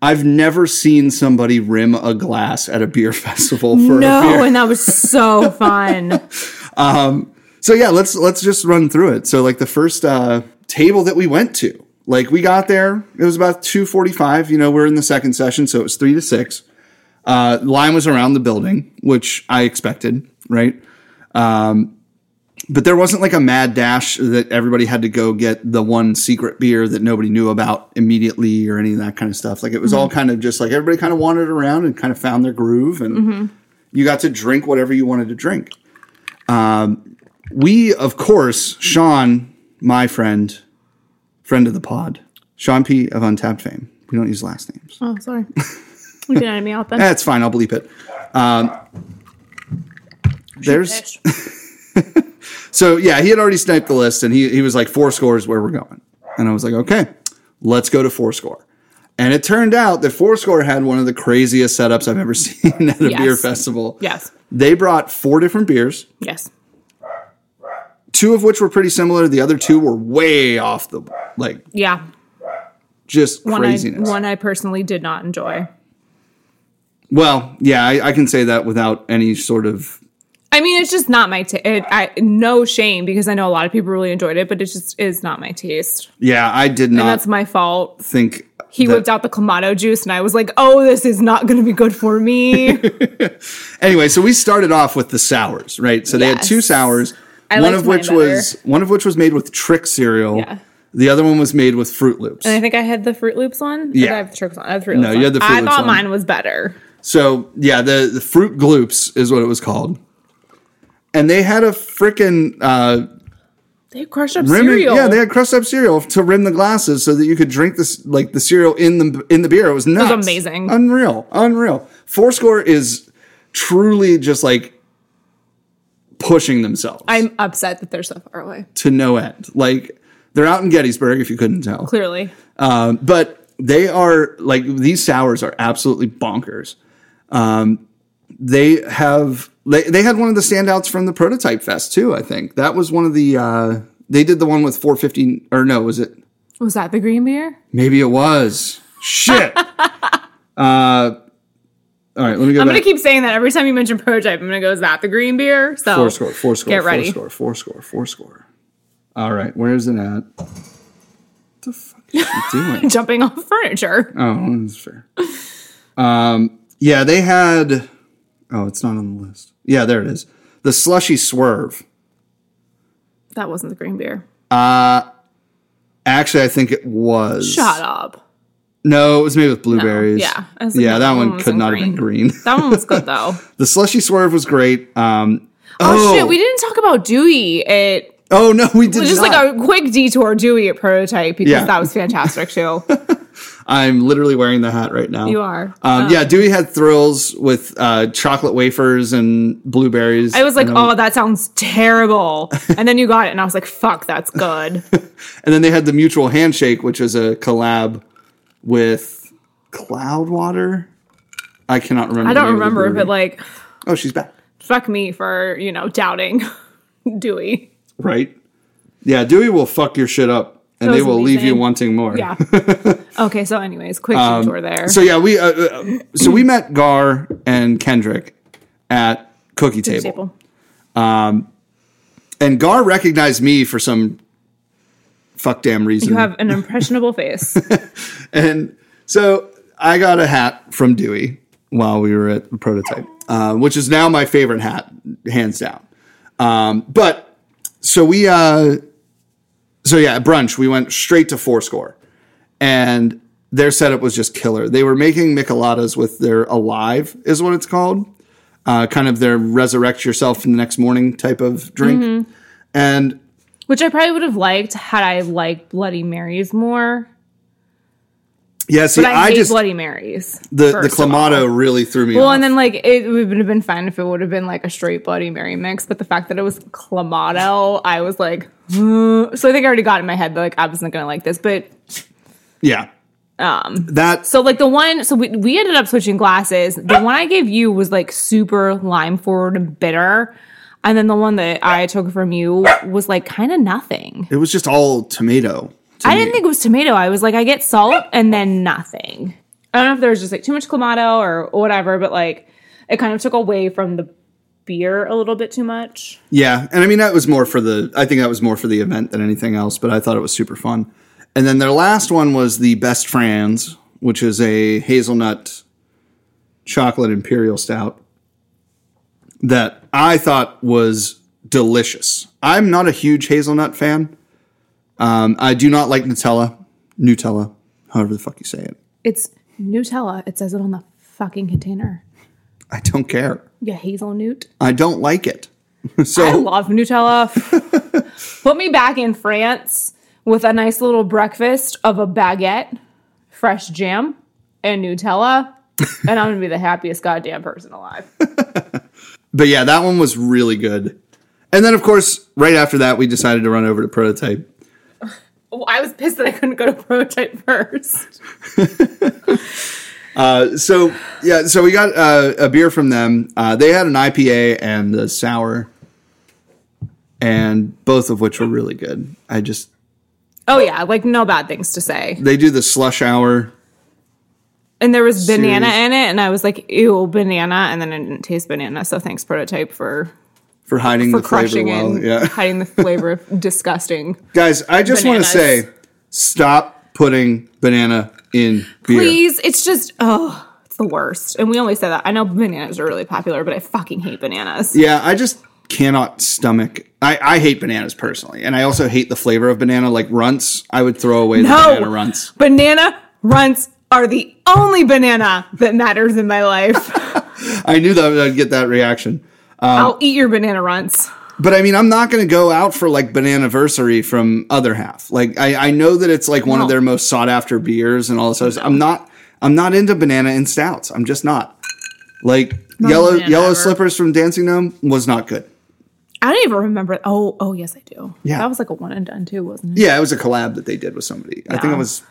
Speaker 1: i've never seen somebody rim a glass at a beer festival for a beer
Speaker 2: No, and that was so fun.
Speaker 1: so yeah let's let's just run through it so like the first uh table that we went to like we got there it was about 2.45 you know we're in the second session so it was 3 to 6 uh line was around the building which i expected right um but there wasn't like a mad dash that everybody had to go get the one secret beer that nobody knew about immediately or any of that kind of stuff like it was all kind of just like everybody kind of wandered around and kind of found their groove and you got to drink whatever you wanted to drink we, of course, Sean, my friend, friend of the pod, Sean P of Untapped Fame. We don't use last names.
Speaker 2: Oh, sorry. You can edit me out then.
Speaker 1: That's fine. I'll bleep it. Um, there's so yeah, he had already sniped the list, and he he was like four scores where we're going, and I was like, okay, let's go to four score. And it turned out that Fourscore had one of the craziest setups I've ever seen at a
Speaker 2: Yes.
Speaker 1: beer festival.
Speaker 2: Yes.
Speaker 1: They brought four different beers.
Speaker 2: Yes.
Speaker 1: two of which were pretty similar. The other two were way off the like
Speaker 2: Yeah.
Speaker 1: just
Speaker 2: One I,
Speaker 1: craziness.
Speaker 2: one I personally did not enjoy.
Speaker 1: well, yeah, I, I can say that without any sort of
Speaker 2: I mean, it's just not my taste. I no shame because I know a lot of people really enjoyed it, but it just is not my taste,
Speaker 1: yeah. I did
Speaker 2: and
Speaker 1: not
Speaker 2: that's my fault.
Speaker 1: think
Speaker 2: He
Speaker 1: Uh, that-
Speaker 2: whipped out the clamato juice, and I was like, "Oh, this is not going to be good for me."
Speaker 1: Anyway, so we started off with the sours, right? So they had
Speaker 2: Yes.
Speaker 1: two sours,
Speaker 2: I
Speaker 1: one
Speaker 2: liked
Speaker 1: of which
Speaker 2: mine better.
Speaker 1: was one of which was made with Trick cereal.
Speaker 2: Yeah.
Speaker 1: The other one was made with Fruit Loops.
Speaker 2: I think I had the Fruit Loops one. Or
Speaker 1: Yeah.
Speaker 2: did I have the Tricks one. I had the Fruit Loops.
Speaker 1: you
Speaker 2: one.
Speaker 1: had the Froot
Speaker 2: I
Speaker 1: Loops one.
Speaker 2: thought mine was better.
Speaker 1: So yeah, the the fruit gloops is what it was called, and they had a freaking uh,
Speaker 2: They crushed up
Speaker 1: rim-
Speaker 2: cereal.
Speaker 1: Yeah, they had crushed up cereal to rim the glasses so that you could drink this like the cereal in the in the beer. It was nuts.
Speaker 2: amazing.
Speaker 1: Unreal. Unreal. Fourscore is truly just like pushing themselves
Speaker 2: I'm upset that they're so far away.
Speaker 1: to no end. Like they're out in Gettysburg, if you couldn't tell.
Speaker 2: Clearly,
Speaker 1: Um, but they are like these sours are absolutely bonkers. Um, they have they, they had one of the standouts from the prototype fest too. I think that was one of the uh, they did the one with 450 or no was it
Speaker 2: was that the green beer?
Speaker 1: Maybe it was. Shit. uh, all right, let me go
Speaker 2: I'm
Speaker 1: back.
Speaker 2: gonna keep saying that every time you mention prototype. I'm gonna go, "Is that the green beer?" So
Speaker 1: four score, four score,
Speaker 2: Get
Speaker 1: four
Speaker 2: ready.
Speaker 1: score, four score, four score. All right, where is it at? What the fuck is she doing?
Speaker 2: Jumping off furniture.
Speaker 1: Oh, that's fair. Um, yeah, they had. Oh, it's not on the list. Yeah, there it is. The slushy swerve.
Speaker 2: That wasn't the green beer.
Speaker 1: Actually, I think it was.
Speaker 2: Shut up.
Speaker 1: No, it was made with blueberries.
Speaker 2: yeah. I was like,
Speaker 1: Yeah,
Speaker 2: no,
Speaker 1: that
Speaker 2: that
Speaker 1: one
Speaker 2: one
Speaker 1: could
Speaker 2: wasn't
Speaker 1: not have been green.
Speaker 2: That one was good though.
Speaker 1: The slushy swerve was great. Um,
Speaker 2: Oh, shit, we didn't talk about Dewey at
Speaker 1: Oh no, we did
Speaker 2: just
Speaker 1: not.
Speaker 2: like a quick detour Dewey at prototype because
Speaker 1: Yeah.
Speaker 2: that was fantastic too.
Speaker 1: I'm literally wearing the hat right now.
Speaker 2: You are. Oh.
Speaker 1: Um, yeah, Dewey had thrills with uh, chocolate wafers and blueberries.
Speaker 2: I was like,
Speaker 1: and,
Speaker 2: oh, that sounds terrible. And then you got it, and I was like, fuck, that's good.
Speaker 1: and then they had the mutual handshake, which is a collab with Cloudwater. I cannot remember.
Speaker 2: I don't remember, but like,
Speaker 1: oh, she's back.
Speaker 2: fuck me for, you know, doubting Dewey.
Speaker 1: Right? Yeah, Dewey will fuck your shit up, and
Speaker 2: That
Speaker 1: they
Speaker 2: was
Speaker 1: will leave you
Speaker 2: amazing.
Speaker 1: wanting more.
Speaker 2: Yeah. okay, so, anyways, quick detour there.
Speaker 1: Um, So yeah, we uh, uh, so we met Gar and Kendrick at Cookie Table.
Speaker 2: Staple.
Speaker 1: and Gar recognized me for some fuck damn reason.
Speaker 2: You have an impressionable face.
Speaker 1: and so I got a hat from Dewey while we were at the prototype, uh, which is now my favorite hat, hands down. Um, but so we uh, so yeah, at brunch we went straight to Fourscore, and their setup was just killer. They were making micheladas with their alive is what it's called, uh, kind of their resurrect yourself in the next morning type of drink,
Speaker 2: Mm-hmm.
Speaker 1: and
Speaker 2: Which I probably would have liked had I liked Bloody Marys more.
Speaker 1: yeah, see,
Speaker 2: But I,
Speaker 1: I,
Speaker 2: hate
Speaker 1: just
Speaker 2: Bloody Marys.
Speaker 1: the the
Speaker 2: first of all.
Speaker 1: clamato really threw me.
Speaker 2: Well,
Speaker 1: off.
Speaker 2: and then like it would have been fine if it would have been like a straight Bloody Mary mix, but the fact that it was clamato, I was like, "Huh." so I think I already got in my head that like I wasn't gonna like this, but
Speaker 1: yeah, um, that
Speaker 2: so like the one, so we, we ended up switching glasses. The one I gave you was like super lime forward and bitter, and then the one that I took from you was like kind of nothing.
Speaker 1: it was just all tomato. to
Speaker 2: I
Speaker 1: me.
Speaker 2: didn't think it was tomato. I was like, I get salt and then nothing. I don't know if there was just like too much clamato or whatever, but like it kind of took away from the beer a little bit too much.
Speaker 1: Yeah, and I mean that was more for the. I think that was more for the event than anything else. But I thought it was super fun. And then their last one was the Best Franz, which is a hazelnut chocolate imperial stout that I thought was delicious. I'm not a huge hazelnut fan. Um, I do not like Nutella, Nutella, however the fuck you say it.
Speaker 2: It's Nutella. It says it on the fucking container.
Speaker 1: I don't care.
Speaker 2: Yeah, hazelnut.
Speaker 1: I don't like it. so
Speaker 2: I love Nutella. Put me back in France with a nice little breakfast of a baguette, fresh jam, and Nutella, and I'm gonna be the happiest goddamn person alive.
Speaker 1: But yeah, that one was really good. And then, of course, right after that, we decided to run over to Prototype.
Speaker 2: Well, I was pissed that I couldn't go to prototype first.
Speaker 1: So yeah, so we got uh, a beer from them. Uh, they had an IPA and a sour, and both of which were really good. I just
Speaker 2: Oh yeah, like no bad things to say.
Speaker 1: they do the slush hour.
Speaker 2: And there was banana
Speaker 1: Serious.
Speaker 2: in it, and I was like, "Ew, banana!" And then I didn't taste banana, so thanks Prototype for
Speaker 1: For hiding
Speaker 2: for
Speaker 1: the flavor
Speaker 2: crushing it,
Speaker 1: well,
Speaker 2: and
Speaker 1: yeah,
Speaker 2: hiding the flavor of disgusting.
Speaker 1: guys. I just want to
Speaker 2: Bananas.
Speaker 1: say, stop putting banana in beer.
Speaker 2: Please, it's just oh, it's the worst. And we only say that. I know bananas are really popular, but I fucking hate bananas.
Speaker 1: Yeah, I just cannot stomach. I, I hate bananas personally, and I also hate the flavor of banana. Like runts, I would throw away the
Speaker 2: No
Speaker 1: banana runts.
Speaker 2: banana runts are the only banana that matters in my life.
Speaker 1: Um, I knew that I'd get that reaction.
Speaker 2: I'll eat your banana runts.
Speaker 1: But I mean, I'm not going to go out for like bananiversary from other half. Like I, I know that it's like one of
Speaker 2: No.
Speaker 1: their most sought after beers and all this other stuff. I'm not. I'm not into banana and stouts. I'm just not. Like yellow
Speaker 2: banana
Speaker 1: yellow
Speaker 2: ever.
Speaker 1: slippers from Dancing Gnome was not good.
Speaker 2: I don't even remember. Oh, oh yes, I do.
Speaker 1: Yeah.
Speaker 2: that was like a one and done too, wasn't it?
Speaker 1: Yeah, it was a collab that they did with somebody. I think
Speaker 2: Yeah.
Speaker 1: it was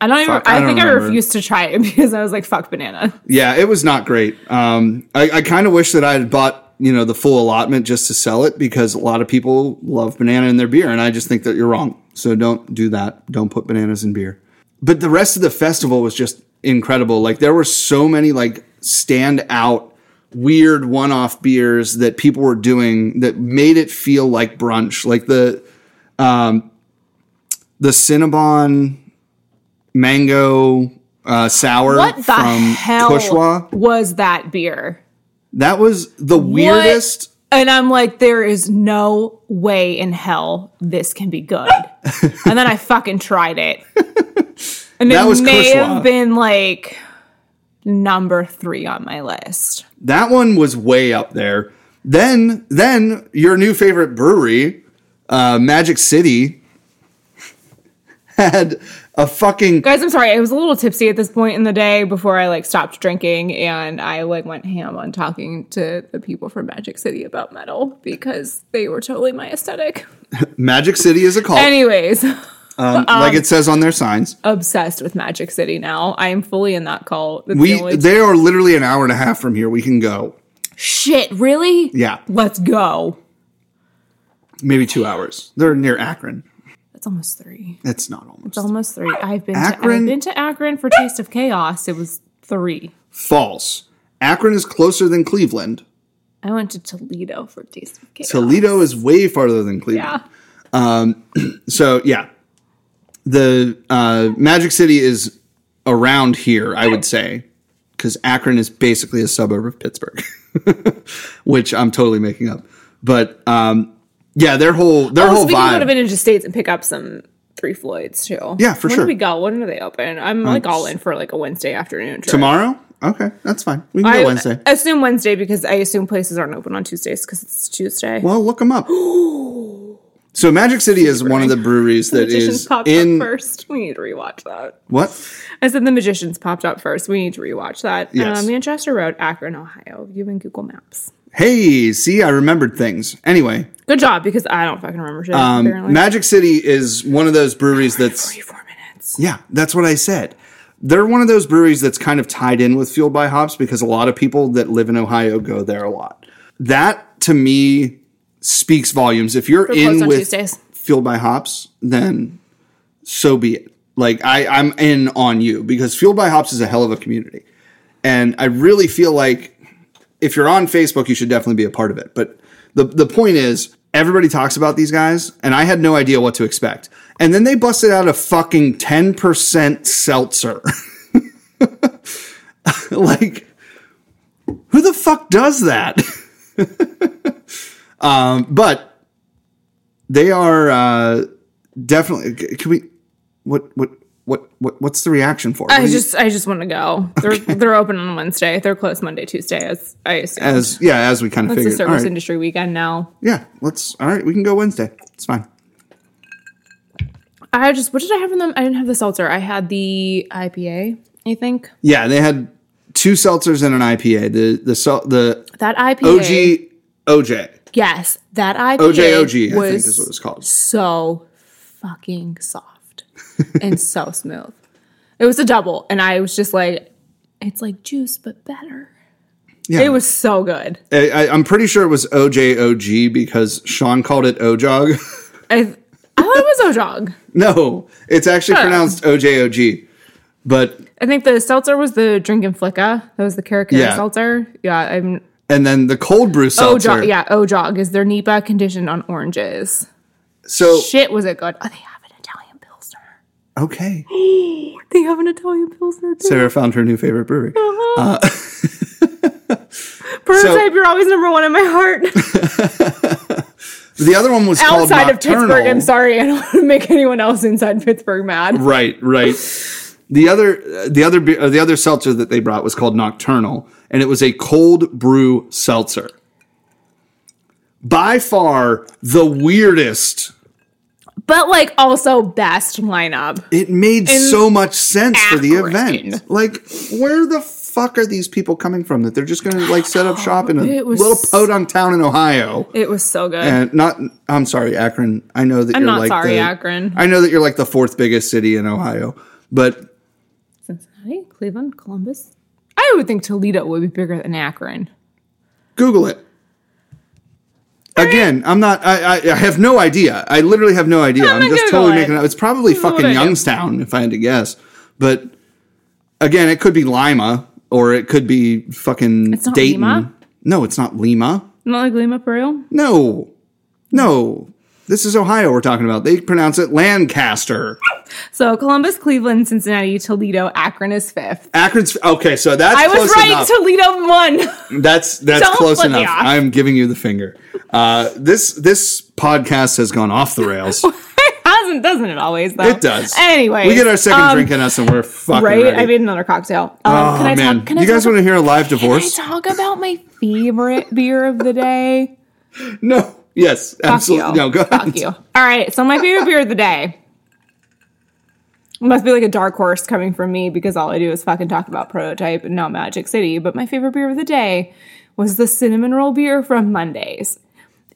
Speaker 2: I don't even.
Speaker 1: Fuck, I
Speaker 2: I,
Speaker 1: don't
Speaker 2: think
Speaker 1: remember.
Speaker 2: I refused to try it because I was like, "Fuck banana."
Speaker 1: Yeah, it was not great. Um, I, I kind of wish that I had bought you know the full allotment just to sell it because a lot of people love banana in their beer, and I just think that you're wrong. So don't do that. Don't put bananas in beer. But the rest of the festival was just incredible. Like there were so many like stand out weird one-off beers that people were doing that made it feel like brunch. Like the um, the Cinnabon mango uh, sour
Speaker 2: What the
Speaker 1: from
Speaker 2: hell
Speaker 1: Kushwa.
Speaker 2: was that beer?
Speaker 1: That was the weirdest.
Speaker 2: And I'm like, there is no way in hell this can be good. and then I fucking tried it, and
Speaker 1: That
Speaker 2: it
Speaker 1: was
Speaker 2: may
Speaker 1: Kushwa.
Speaker 2: have been like number three on my list.
Speaker 1: That one was way up there. Then, then your new favorite brewery, uh, Magic City, had a fucking
Speaker 2: Guys, I'm sorry. I was a little tipsy at this point in the day before I like stopped drinking and I like went ham on talking to the people from Magic City about metal because they were totally my aesthetic.
Speaker 1: Magic City is a cult,
Speaker 2: Anyways,
Speaker 1: um, like it says on their signs.
Speaker 2: obsessed with Magic City now. I am fully in that cult. That's the
Speaker 1: We
Speaker 2: only-
Speaker 1: they are literally an hour and a half from here. We can go.
Speaker 2: shit, really?
Speaker 1: Yeah,
Speaker 2: Let's go.
Speaker 1: maybe two hours. They're near Akron.
Speaker 2: That's almost three.
Speaker 1: It's not almost
Speaker 2: It's almost three. I've been to
Speaker 1: Akron-
Speaker 2: I've been to Akron for Taste of Chaos. It was three.
Speaker 1: false. Akron is closer than Cleveland.
Speaker 2: I went to Toledo for Taste of Chaos.
Speaker 1: Toledo is way farther than Cleveland. Um,
Speaker 2: Yeah.
Speaker 1: So yeah, the uh, Magic City is around here, I would say, because Akron is basically a suburb of Pittsburgh, which I'm totally making up. But um, Yeah, their whole their
Speaker 2: oh,
Speaker 1: whole
Speaker 2: so we can go to
Speaker 1: vibe.
Speaker 2: Vintage Estates and pick up some Three Floyds too.
Speaker 1: Yeah, for
Speaker 2: when
Speaker 1: sure. Um,
Speaker 2: Do we go. When do they open? I'm like all in for like a Wednesday afternoon trip.
Speaker 1: Tomorrow? Okay, that's fine. We can go
Speaker 2: I
Speaker 1: Wednesday.
Speaker 2: assume Wednesday because I assume places aren't open on Tuesdays because it's Tuesday.
Speaker 1: Well, look them up. So Magic City is one of the breweries that
Speaker 2: Magicians
Speaker 1: is
Speaker 2: popped
Speaker 1: in
Speaker 2: up first. We need to rewatch that.
Speaker 1: what?
Speaker 2: I said the Magicians popped up first. We need to rewatch that.
Speaker 1: Yes.
Speaker 2: Uh, Manchester Road, Akron, Ohio. You and Google Maps.
Speaker 1: Hey, see, I remembered things. Anyway,
Speaker 2: Good job because I don't fucking remember shit.
Speaker 1: um,
Speaker 2: apparently,
Speaker 1: Magic City is one of those breweries that's
Speaker 2: forty-four minutes.
Speaker 1: Yeah, that's what I said. They're one of those breweries that's kind of tied in with Fueled by Hops because a lot of people that live in Ohio go there a lot. That to me speaks volumes. If you're
Speaker 2: closed
Speaker 1: in
Speaker 2: on
Speaker 1: with
Speaker 2: Tuesdays.
Speaker 1: Fueled by Hops, then so be it. Like I, I'm in on you because Fueled by Hops is a hell of a community, and I really feel like if you're on Facebook, you should definitely be a part of it. But the the point is, everybody talks about these guys, and I had no idea what to expect. And then they busted out a fucking ten percent seltzer. like, who the fuck does that? um, but they are uh, definitely. Can we? What? What? What? What? What's the reaction for? What
Speaker 2: I
Speaker 1: do you-
Speaker 2: just, I just want to go. They're they're open on Wednesday. They're closed Monday, Tuesday. As I assume,
Speaker 1: as yeah, as we kind of
Speaker 2: it's
Speaker 1: figured.
Speaker 2: a
Speaker 1: All
Speaker 2: service
Speaker 1: right.
Speaker 2: industry weekend now.
Speaker 1: Yeah, let's. All right, we can go Wednesday. It's fine.
Speaker 2: I just, what did I have in them? I didn't have the seltzer. I had the IPA. I think
Speaker 1: Yeah, they had two seltzers and an IPA. The the sel- the
Speaker 2: that IPA.
Speaker 1: OG OJ
Speaker 2: Yes, that IPA
Speaker 1: OJ OG I think
Speaker 2: was
Speaker 1: is what it's called.
Speaker 2: so fucking soft and so smooth. It was a double, and I was just like, it's like juice but better.
Speaker 1: Yeah,
Speaker 2: It was so good.
Speaker 1: I, I, I'm pretty sure it was OJ OG because Sean called it OJOG.
Speaker 2: I, I thought it was Ojog.
Speaker 1: no, it's actually pronounced OJ OG. But
Speaker 2: I think the seltzer was the drinking flicka. That was the Cara Cara
Speaker 1: Yeah.
Speaker 2: seltzer. Yeah, I'm
Speaker 1: and then the cold brew seltzer.
Speaker 2: Ojog. Yeah, Ojog is their Nipa conditioned on oranges.
Speaker 1: So
Speaker 2: Shit, was it good? Oh, they have an Italian pilsner.
Speaker 1: okay,
Speaker 2: They have an Italian pilsner too.
Speaker 1: Sarah found her new favorite brewery.
Speaker 2: Prototype, you're always number one in my heart.
Speaker 1: The other one was called
Speaker 2: Outside of
Speaker 1: Nocturnal.
Speaker 2: Pittsburgh, I'm sorry, I don't want to make anyone else inside Pittsburgh mad.
Speaker 1: Right, right. The other, uh, the other, be- uh, the other seltzer that they brought was called Nocturnal, and it was a cold brew seltzer. By far the weirdest.
Speaker 2: But like, also best lineup.
Speaker 1: It made so much sense for the
Speaker 2: Akron.
Speaker 1: event. Like, where the fuck are these people coming from? That they're just going to like set up shop in a
Speaker 2: It was-
Speaker 1: little podunk town in Ohio?
Speaker 2: It was so good.
Speaker 1: And not, I'm sorry, Akron. I know that
Speaker 2: I'm
Speaker 1: you're
Speaker 2: not
Speaker 1: like
Speaker 2: sorry,
Speaker 1: the-
Speaker 2: Akron.
Speaker 1: I know that you're like the fourth biggest city in Ohio, but
Speaker 2: Cincinnati, Cleveland, Columbus. I would think Toledo would be bigger than Akron.
Speaker 1: Google it. Again, I'm not. I, I, I have no idea. I literally have no idea. I'm,
Speaker 2: gonna
Speaker 1: just
Speaker 2: Google
Speaker 1: totally
Speaker 2: it.
Speaker 1: making it up. It's probably
Speaker 2: what
Speaker 1: fucking
Speaker 2: I do.
Speaker 1: Youngstown, if I had to guess. But again, it could be Lima or it could be fucking
Speaker 2: not
Speaker 1: Dayton.
Speaker 2: Lima?
Speaker 1: No, it's not Lima.
Speaker 2: Not like Lima Peru.
Speaker 1: No, no. This is Ohio we're talking about. They pronounce it Lancaster.
Speaker 2: So Columbus, Cleveland, Cincinnati, Toledo, Akron is fifth.
Speaker 1: Akron's okay. So that's
Speaker 2: I was
Speaker 1: close
Speaker 2: right.
Speaker 1: enough.
Speaker 2: Toledo won.
Speaker 1: That's that's
Speaker 2: Don't
Speaker 1: close
Speaker 2: flip me
Speaker 1: enough.
Speaker 2: off.
Speaker 1: I'm giving you the finger. Uh, this this podcast has gone off the rails.
Speaker 2: Hasn't doesn't it always though?
Speaker 1: It does.
Speaker 2: Anyway,
Speaker 1: we get our second drink in us, and we're fucking
Speaker 2: um, Right.
Speaker 1: ready.
Speaker 2: I made another cocktail. Um,
Speaker 1: oh
Speaker 2: can I
Speaker 1: man,
Speaker 2: talk? Can I
Speaker 1: you guys
Speaker 2: talk
Speaker 1: want to hear a live divorce?
Speaker 2: Can I talk about my favorite beer of the day?
Speaker 1: No. Yes.
Speaker 2: Fuck you.
Speaker 1: Absolutely. No. Go ahead.
Speaker 2: Fuck you. All right. So my favorite beer of the day must be like a dark horse coming from me because all I do is fucking talk about Prototype and now Magic City. But my favorite beer of the day was the cinnamon roll beer from Mondays.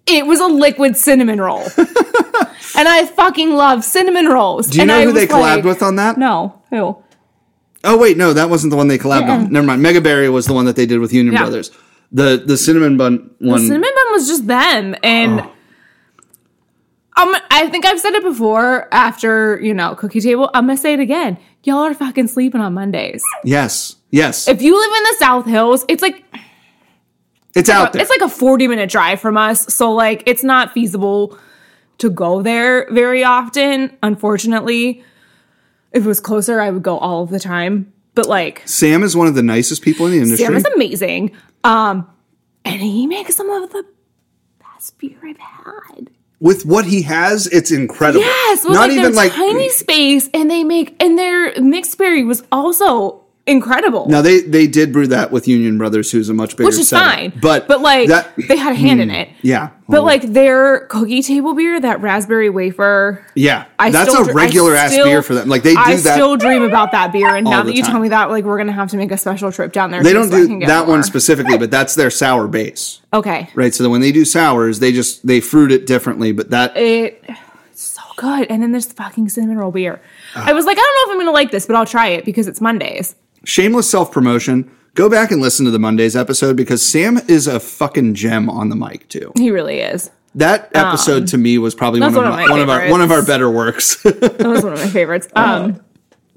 Speaker 2: It was a liquid cinnamon roll, and I fucking love cinnamon rolls.
Speaker 1: Do you
Speaker 2: and
Speaker 1: know
Speaker 2: I
Speaker 1: who they
Speaker 2: was
Speaker 1: collabed
Speaker 2: like-
Speaker 1: with on that?
Speaker 2: No. Who?
Speaker 1: Oh wait, no, that wasn't the one they collabed on. Never mind. Mega Berry was the one that they did with Union
Speaker 2: Yeah.
Speaker 1: Brothers. The the cinnamon bun one.
Speaker 2: Cinnamon Bun was just them, and um, I think I've said it before. After you know, cookie table, I'm gonna say it again. Y'all are fucking sleeping on Mondays.
Speaker 1: yes. Yes.
Speaker 2: If you live in the South Hills, it's like
Speaker 1: it's out there.
Speaker 2: it's like a 40 minute drive from us, so like it's not feasible to go there very often. Unfortunately, if it was closer, I would go all of the time. But like,
Speaker 1: Sam is one of the nicest people in the industry.
Speaker 2: Sam is amazing, um, and he makes some of the best beer I've had.
Speaker 1: with what he has, it's incredible.
Speaker 2: Yes, with like their tiny space, and they make and their mixed berry was also incredible.
Speaker 1: now they they did brew that with Union Brothers, who's a much bigger
Speaker 2: which is
Speaker 1: setup.
Speaker 2: fine.
Speaker 1: But
Speaker 2: but like
Speaker 1: that, Mm.
Speaker 2: they had a hand in it.
Speaker 1: yeah,
Speaker 2: But like their cookie table beer, that raspberary wafer.
Speaker 1: yeah,
Speaker 2: I
Speaker 1: that's
Speaker 2: still
Speaker 1: a
Speaker 2: dr- I
Speaker 1: regular ass
Speaker 2: still-
Speaker 1: beer for them. Like they do
Speaker 2: I
Speaker 1: that.
Speaker 2: still dream about that beer, and now
Speaker 1: the
Speaker 2: that you
Speaker 1: time.
Speaker 2: tell me that, like we're gonna have to make a special trip down there.
Speaker 1: they
Speaker 2: so
Speaker 1: don't
Speaker 2: I
Speaker 1: do
Speaker 2: can get
Speaker 1: that
Speaker 2: more.
Speaker 1: one specifically, but that's their sour base,
Speaker 2: Okay,
Speaker 1: right? So then when they do sours, they just they fruit it differently. But that
Speaker 2: it it's so good, and then there's fucking cinnamon roll beer. I was like, I don't know if I'm gonna like this, but I'll try it because it's Mondays.
Speaker 1: shameless self promotion. Go back and listen to the Mondays episode because Sam is a fucking gem on the mic too.
Speaker 2: He really is.
Speaker 1: That episode to me was probably one
Speaker 2: that's
Speaker 1: of,
Speaker 2: one of
Speaker 1: my,
Speaker 2: my
Speaker 1: one of our one of our better works.
Speaker 2: That was one of my favorites.
Speaker 1: Oh.
Speaker 2: Um,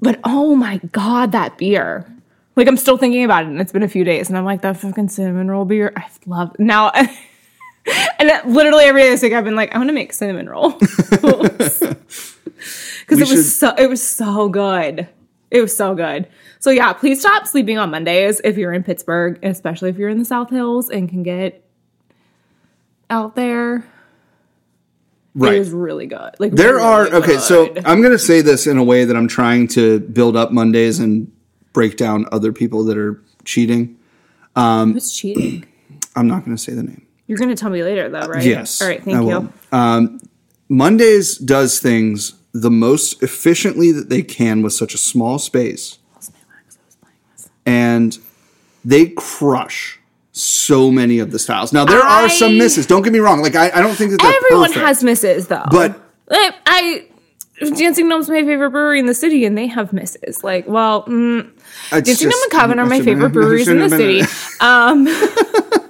Speaker 2: but oh my god, that beer! Like I'm still thinking about it, and it's been a few days, and I'm like that fucking cinnamon roll beer. I love now. and it- literally every day this week, I've been like, I'm gonna make cinnamon roll because it was
Speaker 1: should-
Speaker 2: so it was so good. It was so good. So yeah, please stop sleeping on Mondays if you're in Pittsburgh, especially if you're in the South Hills and can get out there. It is really good. Like
Speaker 1: There
Speaker 2: really
Speaker 1: are okay, so
Speaker 2: good.
Speaker 1: I'm going to say this in a way that I'm trying to build up Mondays and break down other people that are cheating.
Speaker 2: who's cheating?
Speaker 1: I'm not going to say the name.
Speaker 2: You're going to tell me later, though, right?
Speaker 1: Yes.
Speaker 2: All right.
Speaker 1: I
Speaker 2: Thank
Speaker 1: will. Um,
Speaker 2: you.
Speaker 1: Mondays does things the most efficiently that they can with such a small space, and they crush so many of the styles. Now there are some
Speaker 2: I-
Speaker 1: misses. Don't get me wrong. Like I, I don't think that they're
Speaker 2: Everyone
Speaker 1: perfect.
Speaker 2: has misses, though.
Speaker 1: But-
Speaker 2: Like, I, Dancing Gnome's my favorite brewery in the city, and they have misses. Like, well, mm,
Speaker 1: It's
Speaker 2: Dancing Gnome
Speaker 1: just-
Speaker 2: and Coven are
Speaker 1: I
Speaker 2: my
Speaker 1: shouldn't-
Speaker 2: favorite
Speaker 1: I
Speaker 2: breweries in the
Speaker 1: shouldn't have
Speaker 2: city.
Speaker 1: been-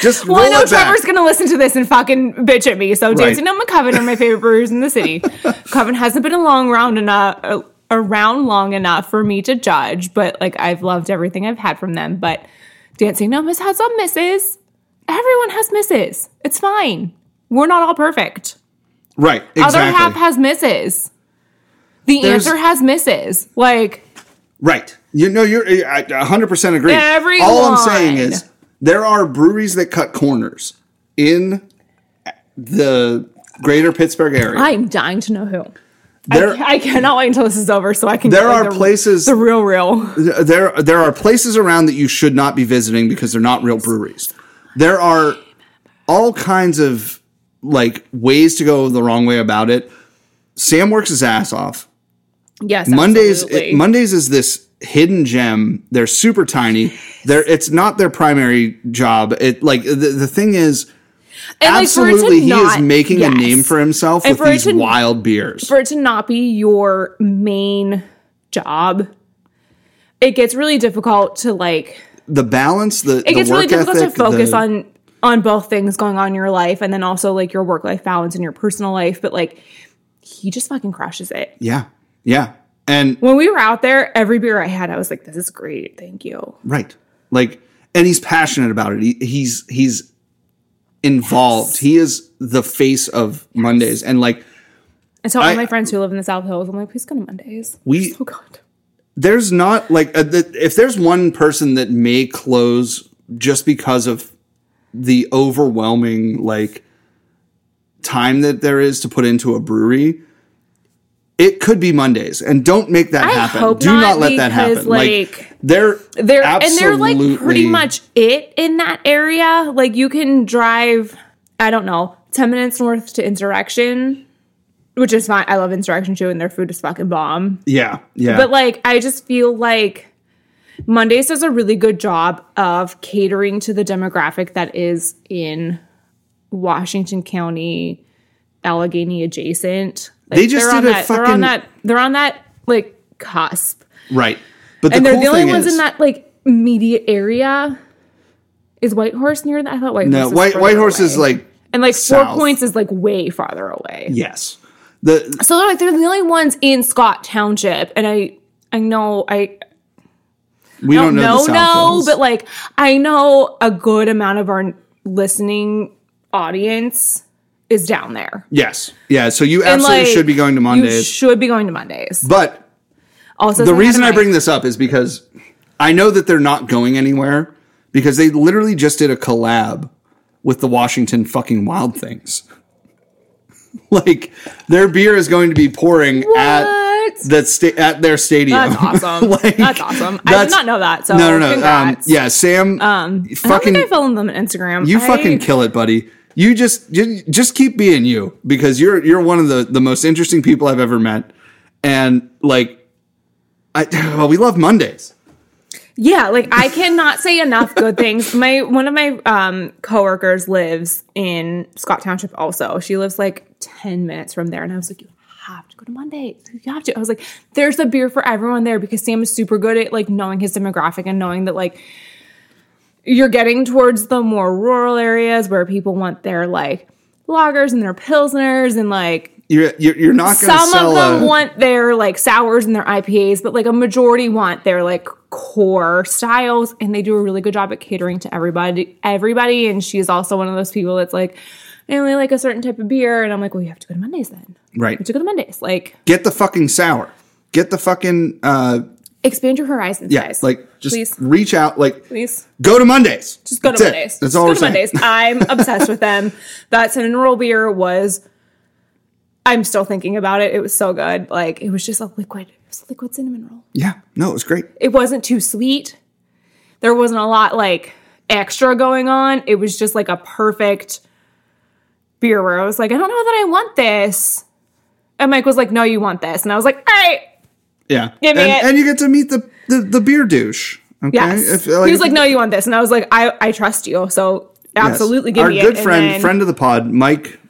Speaker 1: Just
Speaker 2: Well, I
Speaker 1: roll
Speaker 2: know
Speaker 1: it back.
Speaker 2: Trevor's going to listen to this and fucking bitch at me. So, Dancing Gnome and Coven are my favorite breweries in the city. Coven hasn't been along round enough. Uh, Around long enough for me to judge, but like I've loved everything I've had from them. But Dancing Gnome has had some misses. Everyone has misses. It's fine. We're not all perfect.
Speaker 1: right. Exactly.
Speaker 2: other half has misses. The
Speaker 1: There's-
Speaker 2: answer has misses. Like
Speaker 1: Right. You know, you're I 100% agree.
Speaker 2: Everyone.
Speaker 1: All I'm saying is there are breweries that cut corners in the greater Pittsburgh area.
Speaker 2: I'm dying to know who.
Speaker 1: there,
Speaker 2: I cannot wait until this is over so I can.
Speaker 1: there
Speaker 2: get, like,
Speaker 1: are
Speaker 2: the,
Speaker 1: places
Speaker 2: the real real.
Speaker 1: there there are places around that you should not be visiting because they're not real breweries. There are all kinds of like ways to go the wrong way about it. Sam works his ass off.
Speaker 2: Yes,
Speaker 1: Mondays
Speaker 2: absolutely.
Speaker 1: Mondays is this hidden gem. They're super tiny. They're it's not their primary job. It like the, the thing is
Speaker 2: And, like, for it to
Speaker 1: absolutely he
Speaker 2: not-
Speaker 1: is making
Speaker 2: yes.
Speaker 1: a name for himself
Speaker 2: And
Speaker 1: with
Speaker 2: for it
Speaker 1: these
Speaker 2: to-
Speaker 1: wild beers.
Speaker 2: for it to not be your main job. It gets really difficult to like.
Speaker 1: the balance, the
Speaker 2: It gets really difficult
Speaker 1: ethic,
Speaker 2: to focus
Speaker 1: the-
Speaker 2: on on both things going on in your life and then also like your work life balance and your personal life. But like, he just fucking crushes it.
Speaker 1: Yeah. Yeah. And
Speaker 2: When we were out there, every beer I had, I was like, "This is great, thank you."
Speaker 1: right. Like and he's passionate about it. He, he's he's involved. He is the face of Mondays and like
Speaker 2: And so all
Speaker 1: I-
Speaker 2: my friends who live in the South Hills, I'm like, please go to Mondays.
Speaker 1: we
Speaker 2: Oh God.
Speaker 1: there's not like uh, the, if there's one person that may close just because of the overwhelming like time that there is to put into a brewery it could be mondays and don't make that
Speaker 2: I
Speaker 1: happen
Speaker 2: hope
Speaker 1: do
Speaker 2: not,
Speaker 1: not, let that
Speaker 2: because,
Speaker 1: happen like,
Speaker 2: like,
Speaker 1: they're
Speaker 2: They're
Speaker 1: absolutely
Speaker 2: and they're like pretty much it in that area. Like you can drive, I don't know, ten minutes north to Insurrection, which is fine. I love Insurrection too, and their food is fucking bomb.
Speaker 1: yeah yeah
Speaker 2: But like, I just feel like Mondays does a really good job of catering to the demographic that is in Washington County, Allegheny adjacent. Like,
Speaker 1: They just
Speaker 2: they're on
Speaker 1: did a
Speaker 2: that, They're
Speaker 1: fucking-
Speaker 2: on that. They're on that like cusp,
Speaker 1: right but the
Speaker 2: and they're
Speaker 1: cool
Speaker 2: the only
Speaker 1: thing
Speaker 2: ones
Speaker 1: is,
Speaker 2: in that like immediate area. Is Whitehorse near that? I thought Whitehorse.
Speaker 1: no
Speaker 2: was
Speaker 1: white
Speaker 2: further
Speaker 1: white horse is
Speaker 2: away.
Speaker 1: like
Speaker 2: and like
Speaker 1: south. Mm.
Speaker 2: Four Points is like way farther away.
Speaker 1: yes the
Speaker 2: So they're like they're the only ones in Scott Township, and I I know I
Speaker 1: we don't, know
Speaker 2: no,
Speaker 1: the South
Speaker 2: no,
Speaker 1: Hills.
Speaker 2: but like I know a good amount of our listening audience is down there.
Speaker 1: yes yeah so you
Speaker 2: And,
Speaker 1: absolutely
Speaker 2: like,
Speaker 1: should be going to
Speaker 2: You
Speaker 1: mondays
Speaker 2: should be going to Mondays.
Speaker 1: but
Speaker 2: Also,
Speaker 1: the reason I bring this up is because I know that they're not going anywhere because they literally just did a collab with the Washington fucking Wild Things. like their beer is going to be pouring at
Speaker 2: What?
Speaker 1: that sta- at their stadium.
Speaker 2: That's awesome.
Speaker 1: Like,
Speaker 2: that's awesome. I
Speaker 1: that's-
Speaker 2: did not know that. So
Speaker 1: no, no, no. Um,
Speaker 2: Congrats.
Speaker 1: yeah, Sam.
Speaker 2: Um, I don't
Speaker 1: fucking
Speaker 2: think I followed them on Instagram.
Speaker 1: you
Speaker 2: I-
Speaker 1: fucking kill it, buddy. You just you, just keep being you because you're you're one of the the most interesting people I've ever met, and like, I well, we love Mondays.
Speaker 2: Yeah, like I cannot say enough good things. My one of my um coworkers lives in Scott Township also. She lives like 10 minutes from there and I was like you have to go to Monday. You have to. I was like there's a beer for everyone there because Sam is super good at like knowing his demographic and knowing that like you're getting towards the more rural areas where people want their like lagers and their pilsners and like
Speaker 1: You're you're, you're not going to
Speaker 2: some
Speaker 1: sell
Speaker 2: of them
Speaker 1: a,
Speaker 2: want their like sours and their IPAs, but like a majority want their like core styles, and they do a really good job at catering to everybody. Everybody, and she's also one of those people that's like, I only like a certain type of beer, and I'm like, well, you have to go to Mondays then. You
Speaker 1: right.
Speaker 2: have to go to Mondays. Like,
Speaker 1: Get the fucking sour. Get the fucking uh
Speaker 2: expand your horizons,
Speaker 1: yeah.
Speaker 2: guys.
Speaker 1: Like just
Speaker 2: please,
Speaker 1: reach out. Like
Speaker 2: please.
Speaker 1: go to Mondays.
Speaker 2: Just go to
Speaker 1: That's it.
Speaker 2: Mondays.
Speaker 1: That's
Speaker 2: Just
Speaker 1: all
Speaker 2: go
Speaker 1: we're
Speaker 2: to
Speaker 1: saying.
Speaker 2: Mondays. I'm obsessed with them. That cinnamon roll beer was. I'm still thinking about it. It was so good. Like it was just a liquid. It was a liquid cinnamon roll.
Speaker 1: Yeah. No, it was great.
Speaker 2: it wasn't too sweet. There wasn't a lot like extra going on. It was just like a perfect beer where I was like, I don't know that I want this. And Mike was like, No, you want this. And I was like, All right.
Speaker 1: Yeah.
Speaker 2: Give me
Speaker 1: and,
Speaker 2: it.
Speaker 1: and you get to meet the the, the beer douche. Okay.
Speaker 2: Yes.
Speaker 1: If,
Speaker 2: he was like, No, you want this. And I was like, I, I trust you. So
Speaker 1: yes.
Speaker 2: absolutely give
Speaker 1: Our
Speaker 2: me it.
Speaker 1: good
Speaker 2: And
Speaker 1: friend,
Speaker 2: then-
Speaker 1: friend of the pod, Mike.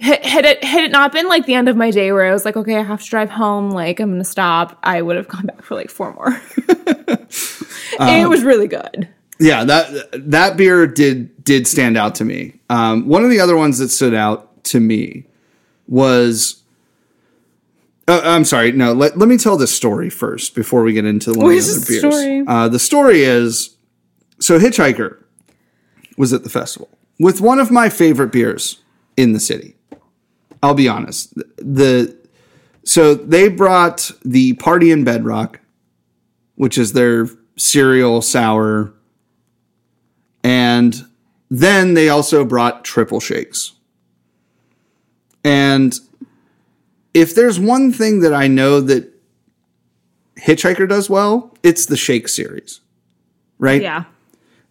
Speaker 2: had, had it had it not been like the end of my day where I was like, okay, I have to drive home, like I'm gonna stop, I would have gone back for like four more.
Speaker 1: Um,
Speaker 2: it was really good.
Speaker 1: Yeah, that that beer did did stand out to me. Um, one of the other ones that stood out to me was. Uh, I'm sorry. No, let, let me tell this story first before we get into one
Speaker 2: What is
Speaker 1: of the
Speaker 2: this
Speaker 1: other beers.
Speaker 2: story?
Speaker 1: Uh, the story is so Hitchhiker was at the festival with one of my favorite beers in the city. I'll be honest. The so they brought the Party in Bedrock, which is their cereal sour, and then they also brought triple shakes. And if there's one thing that I know that Hitchhiker does well, it's the shake series, right?
Speaker 2: Yeah.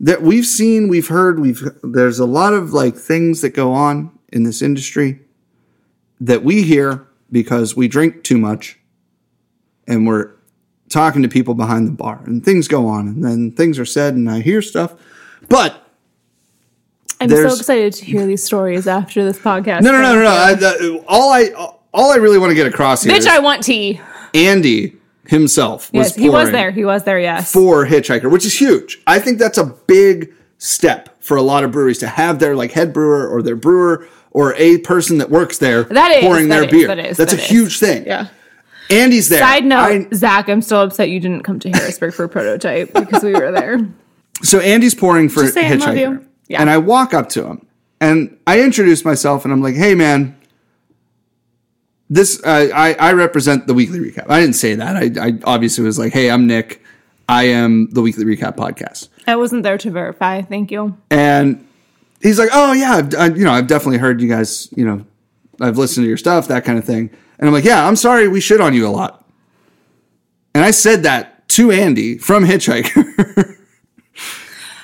Speaker 1: that we've seen, we've heard, we've there's a lot of like things that go on in this industry that we hear because we drink too much and we're talking to people behind the bar and things go on and then things are said and I hear stuff. But
Speaker 2: I'm
Speaker 1: There's-
Speaker 2: so excited to hear these stories after this podcast.
Speaker 1: no, no, no, no, no. I, the, all I all I really want to get across here is
Speaker 2: Bitch, I want tea.
Speaker 1: Andy himself was
Speaker 2: Yes, he was
Speaker 1: pouring
Speaker 2: there. He was there. Yes.
Speaker 1: for Hitchhiker, which is huge. I think that's a big step for a lot of breweries to have their like head brewer or their brewer or a person that works there
Speaker 2: That is,
Speaker 1: pouring
Speaker 2: that
Speaker 1: their
Speaker 2: is,
Speaker 1: beer.
Speaker 2: that is,
Speaker 1: that's
Speaker 2: that
Speaker 1: a
Speaker 2: is.
Speaker 1: huge thing.
Speaker 2: yeah.
Speaker 1: Andy's there.
Speaker 2: Side note,
Speaker 1: I-
Speaker 2: Zach, I'm still upset you didn't come to Harrisburg for prototype because we were there.
Speaker 1: so Andy's pouring for
Speaker 2: Just saying, love
Speaker 1: Hitchhiker.
Speaker 2: you. Yeah.
Speaker 1: And I walk up to him and I introduce myself and I'm like, hey man, this uh, I I represent the weekly recap. I didn't say that. I, I obviously was like, hey, I'm Nick. I am the weekly recap podcast.
Speaker 2: I wasn't there to verify. Thank you.
Speaker 1: and he's like, "Oh yeah, I've, I, you know, I've definitely heard you guys, you know, I've listened to your stuff, that kind of thing." And I'm like, "Yeah, I'm sorry, we shit on you a lot." And I said that to Andy from Hitchhiker, and,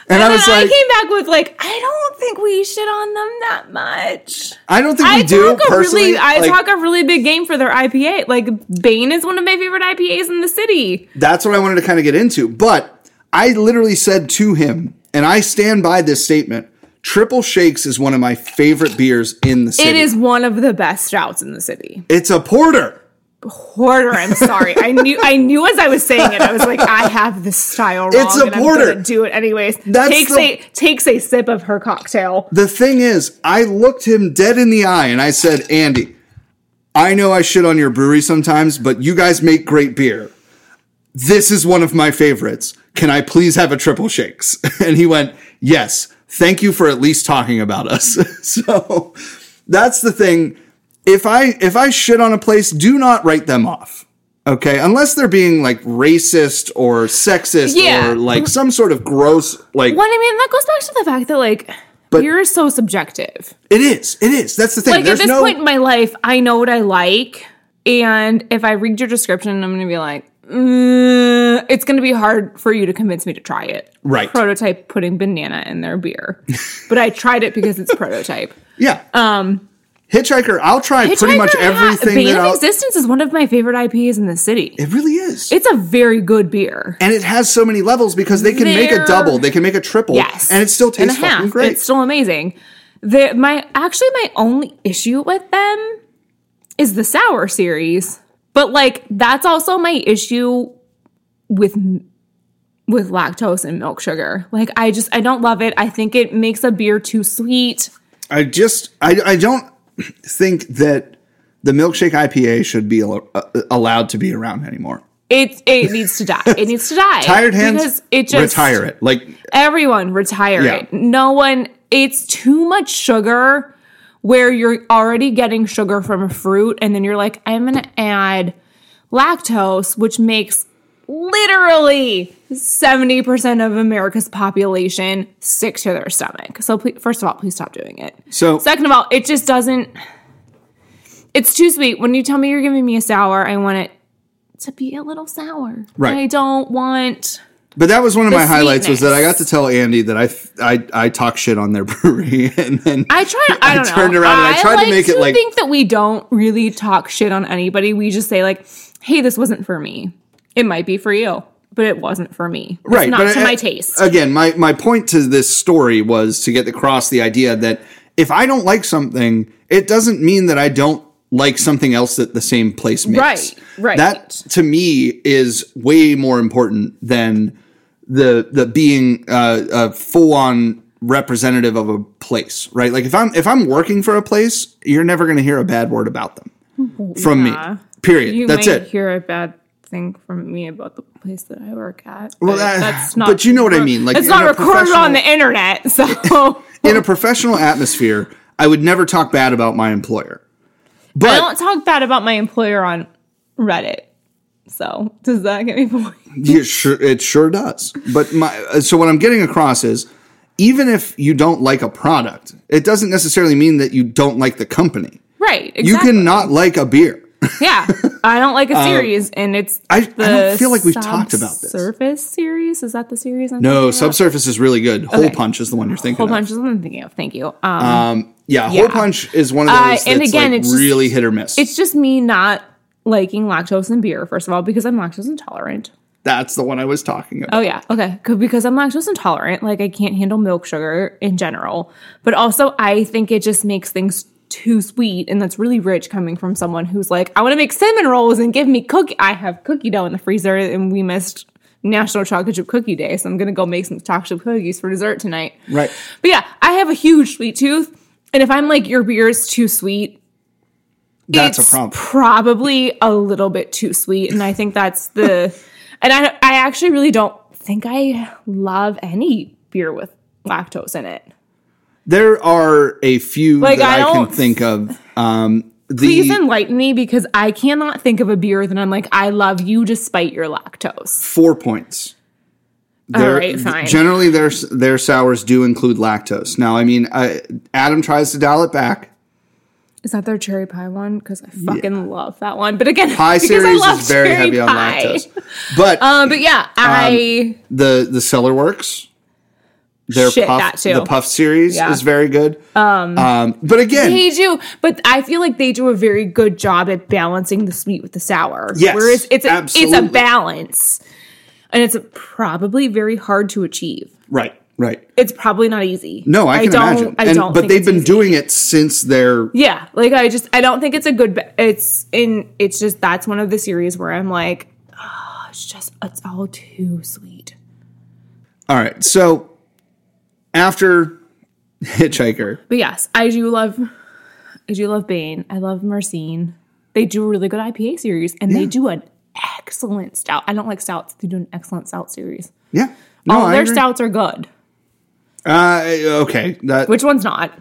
Speaker 1: I
Speaker 2: And
Speaker 1: was
Speaker 2: then
Speaker 1: like,
Speaker 2: I came back with like, I don't think we shit on them that much.
Speaker 1: "I don't think we
Speaker 2: I
Speaker 1: do
Speaker 2: talk a
Speaker 1: personally."
Speaker 2: really, I
Speaker 1: Like,
Speaker 2: talk a really big game for their IPA. Like Bain is one of my favorite IPAs in the city.
Speaker 1: that's what I wanted to kind of get into, but I literally said to him, and I stand by this statement. Triple Shakes is one of my favorite beers in the city.
Speaker 2: It is one of the best stouts in the city.
Speaker 1: It's a porter.
Speaker 2: Porter, I'm sorry. I knew I knew as I was saying it. I was like, I have this style wrong.
Speaker 1: It's a
Speaker 2: and I'm
Speaker 1: porter.
Speaker 2: gonna do it anyways.
Speaker 1: That's
Speaker 2: takes
Speaker 1: the-
Speaker 2: a takes a sip of her cocktail.
Speaker 1: The thing is, I looked him dead in the eye and I said, Andy, I know I shit on your brewery sometimes, but you guys make great beer. This is one of my favorites. Can I please have a triple shakes? And he went, Yes. Thank you for at least talking about us. so that's the thing. If I if I shit on a place, do not write them off. Okay? Unless they're being like racist or sexist
Speaker 2: Yeah.
Speaker 1: or like some sort of gross like
Speaker 2: Well, I mean, that goes back to the fact that like
Speaker 1: But
Speaker 2: You're so subjective.
Speaker 1: it is. It is. That's the thing.
Speaker 2: Like
Speaker 1: There's
Speaker 2: at this
Speaker 1: no
Speaker 2: point in my life, I know what I like, and if I read your description, I'm gonna be like, "Mm, it's gonna be hard for you to convince me to try it.
Speaker 1: Right.
Speaker 2: Prototype putting banana in their beer, but I tried it because it's prototype.
Speaker 1: Yeah. Um Hitchhiker, I'll try pretty much
Speaker 2: Hitchhiker Ha-
Speaker 1: everything
Speaker 2: Bane
Speaker 1: that
Speaker 2: of
Speaker 1: I'll,
Speaker 2: Existence is one of my favorite IPs in the city.
Speaker 1: It really is.
Speaker 2: It's a very good beer.
Speaker 1: and it has so many levels because they can make a
Speaker 2: They're-
Speaker 1: double, they can make a triple,
Speaker 2: Yes,
Speaker 1: and it still
Speaker 2: And a
Speaker 1: tastes fucking
Speaker 2: half.
Speaker 1: great.
Speaker 2: It's still amazing. The, my actually my only issue with them is the sour series, but like that's also my issue with with lactose and milk sugar. Like I just I don't love it. I think it makes a beer too sweet.
Speaker 1: I just I I don't think that the milkshake IPA should be al- uh, allowed to be around anymore.
Speaker 2: It it needs to die. It needs to die.
Speaker 1: Tired hands
Speaker 2: because it just
Speaker 1: retire it. Like
Speaker 2: everyone retire
Speaker 1: Yeah.
Speaker 2: it. No one, it's too much sugar where you're already getting sugar from a fruit and then you're like, I'm going to add lactose, which makes literally 70% of America's population sick to their stomach. So please, first of all, please stop doing it.
Speaker 1: so
Speaker 2: Second of all, it just doesn't. It's too sweet. When you tell me you're giving me a sour, I want it to be a little sour.
Speaker 1: Right.
Speaker 2: I don't want.
Speaker 1: But that was one of my highlights was that I got
Speaker 2: sweetness.
Speaker 1: to tell Andy that I I I talk shit on their brewery and then
Speaker 2: I try. To, I,
Speaker 1: I
Speaker 2: don't
Speaker 1: turned
Speaker 2: know.
Speaker 1: around and I tried to
Speaker 2: like
Speaker 1: make it like-
Speaker 2: think that we don't really talk shit on anybody. We just say like, "Hey, this wasn't for me. It might be for you, but it wasn't for me. It's
Speaker 1: right
Speaker 2: not
Speaker 1: but
Speaker 2: to
Speaker 1: I-
Speaker 2: my taste."
Speaker 1: Again, my my point to this story was to get across the idea that if I don't like something, it doesn't mean that I don't like something else that the same place makes.
Speaker 2: Right, right.
Speaker 1: That to me is way more important than the the being uh, a full on representative of a place, right? Like if I'm if I'm working for a place, you're never going to hear a bad word about them from
Speaker 2: Yeah.
Speaker 1: me. Period.
Speaker 2: you
Speaker 1: That's
Speaker 2: might
Speaker 1: it.
Speaker 2: hear a bad thing from me about the place that I work at.
Speaker 1: Well,
Speaker 2: but
Speaker 1: that-
Speaker 2: that's not.
Speaker 1: but you know what I mean, like,
Speaker 2: it's
Speaker 1: in
Speaker 2: not
Speaker 1: a
Speaker 2: recorded on
Speaker 1: professional-
Speaker 2: the internet, so.
Speaker 1: In a professional atmosphere, I would never talk bad about my employer. But
Speaker 2: I don't talk bad about my employer on Reddit. So does that get me points?
Speaker 1: It sure, it sure does. But my uh, so what I'm getting across is even if you don't like a product, it doesn't necessarily mean that you don't like the company.
Speaker 2: Right. Exactly.
Speaker 1: You can not like a beer.
Speaker 2: Yeah, I don't like a series, and it's
Speaker 1: Um, I- I don't feel like we've talked about this.
Speaker 2: Surface series is that the series? I'm
Speaker 1: No,
Speaker 2: thinking about?
Speaker 1: subsurface is really good. Hole
Speaker 2: Okay.
Speaker 1: punch is the one you're thinking
Speaker 2: Whole
Speaker 1: of.
Speaker 2: bunch is what I'm thinking of. Thank you. Um,
Speaker 1: Yeah,
Speaker 2: Yeah.
Speaker 1: hole punch is one of those
Speaker 2: Uh,
Speaker 1: that's
Speaker 2: and again,
Speaker 1: like
Speaker 2: it's just-
Speaker 1: really hit or miss.
Speaker 2: it's just me not liking lactose in beer. First of all, because I'm lactose intolerant.
Speaker 1: that's the one I was talking about.
Speaker 2: Oh yeah, okay. 'Cause- Because I'm lactose intolerant, like I can't handle milk sugar in general. But also, I think it just makes things too sweet, and that's really rich coming from someone who's like, I want to make cinnamon rolls and give me cookie. I have cookie dough in the freezer, and we missed National Chocolate Chip Cookie Day, so I'm gonna go make some chocolate chip cookies for dessert tonight.
Speaker 1: Right.
Speaker 2: But yeah, I have a huge sweet tooth, and if I'm like your beer is too sweet,
Speaker 1: That's
Speaker 2: it's
Speaker 1: a problem.
Speaker 2: Probably a little bit too sweet, and I think that's the. and I, I actually really don't think I love any beer with lactose in it.
Speaker 1: There are a few
Speaker 2: Like,
Speaker 1: that
Speaker 2: I
Speaker 1: I, can
Speaker 2: don't-
Speaker 1: think of. Um the
Speaker 2: Please enlighten me because I cannot think of a beer that I'm like I love you despite your lactose.
Speaker 1: four points. They're-
Speaker 2: right, fine.
Speaker 1: Generally, their their sours do include lactose. Now, I mean, I, Adam tries to dial it back.
Speaker 2: Is that their cherry pie one? Because I fucking love that one. But again,
Speaker 1: Pie
Speaker 2: because
Speaker 1: series
Speaker 2: I love
Speaker 1: is very
Speaker 2: cherry
Speaker 1: heavy on
Speaker 2: pie.
Speaker 1: lactose, but
Speaker 2: Um, but yeah, I
Speaker 1: the the Cellar Works, their
Speaker 2: Shit,
Speaker 1: puff,
Speaker 2: that too.
Speaker 1: the puff series
Speaker 2: Yeah.
Speaker 1: is very good. Um, but again,
Speaker 2: they do, but I feel like they do a very good job at balancing the sweet with the sour.
Speaker 1: Yes,
Speaker 2: whereas it's a, it's a
Speaker 1: absolutely.
Speaker 2: balance, and it's probably very hard to achieve.
Speaker 1: right, right.
Speaker 2: It's probably not easy.
Speaker 1: No, I, can
Speaker 2: don't,
Speaker 1: imagine.
Speaker 2: I
Speaker 1: And-
Speaker 2: don't.
Speaker 1: but
Speaker 2: think
Speaker 1: they've
Speaker 2: it's
Speaker 1: been
Speaker 2: easy.
Speaker 1: doing it since their
Speaker 2: Yeah, like I just I don't think it's a good. ba- It's in. It's just that's one of the series where I'm like, oh, it's just it's all too sweet.
Speaker 1: All right, so after Hitchhiker,
Speaker 2: But yes, I do love. I do love Bane. I love Mercine. They do a really good IPA series, and they do an excellent stout. I don't like stouts. They do an excellent stout series.
Speaker 1: yeah, no,
Speaker 2: All
Speaker 1: I
Speaker 2: Oh, their
Speaker 1: agree.
Speaker 2: stouts are good.
Speaker 1: Uh, okay, that
Speaker 2: Which one's not?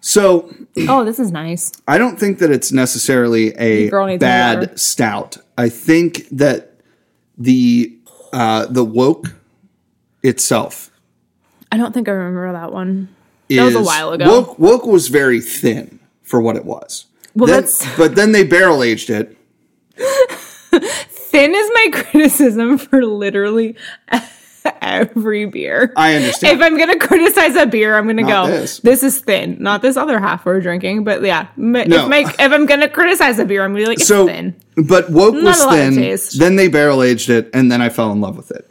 Speaker 1: so
Speaker 2: Oh, this is nice.
Speaker 1: I don't think that it's necessarily a
Speaker 2: girl needs
Speaker 1: bad
Speaker 2: water.
Speaker 1: stout. I think that the uh, the woke itself
Speaker 2: I don't think I remember that one.
Speaker 1: is
Speaker 2: That was a while ago.
Speaker 1: Woke, woke was very thin for what it was.
Speaker 2: Well,
Speaker 1: Then-
Speaker 2: that's-
Speaker 1: but then they barrel aged it.
Speaker 2: Thin is my criticism for literally every beer.
Speaker 1: I understand.
Speaker 2: if I'm gonna criticize a beer, I'm gonna
Speaker 1: Not
Speaker 2: go.
Speaker 1: this.
Speaker 2: This. is thin, not this other half we're drinking. But yeah, m-
Speaker 1: No.
Speaker 2: if, my, if I'm gonna criticize a beer, I'm gonna be like, it's
Speaker 1: so,
Speaker 2: thin.
Speaker 1: but woke was
Speaker 2: a lot
Speaker 1: thin.
Speaker 2: of taste.
Speaker 1: Then they barrel aged it, and then I fell in love with it.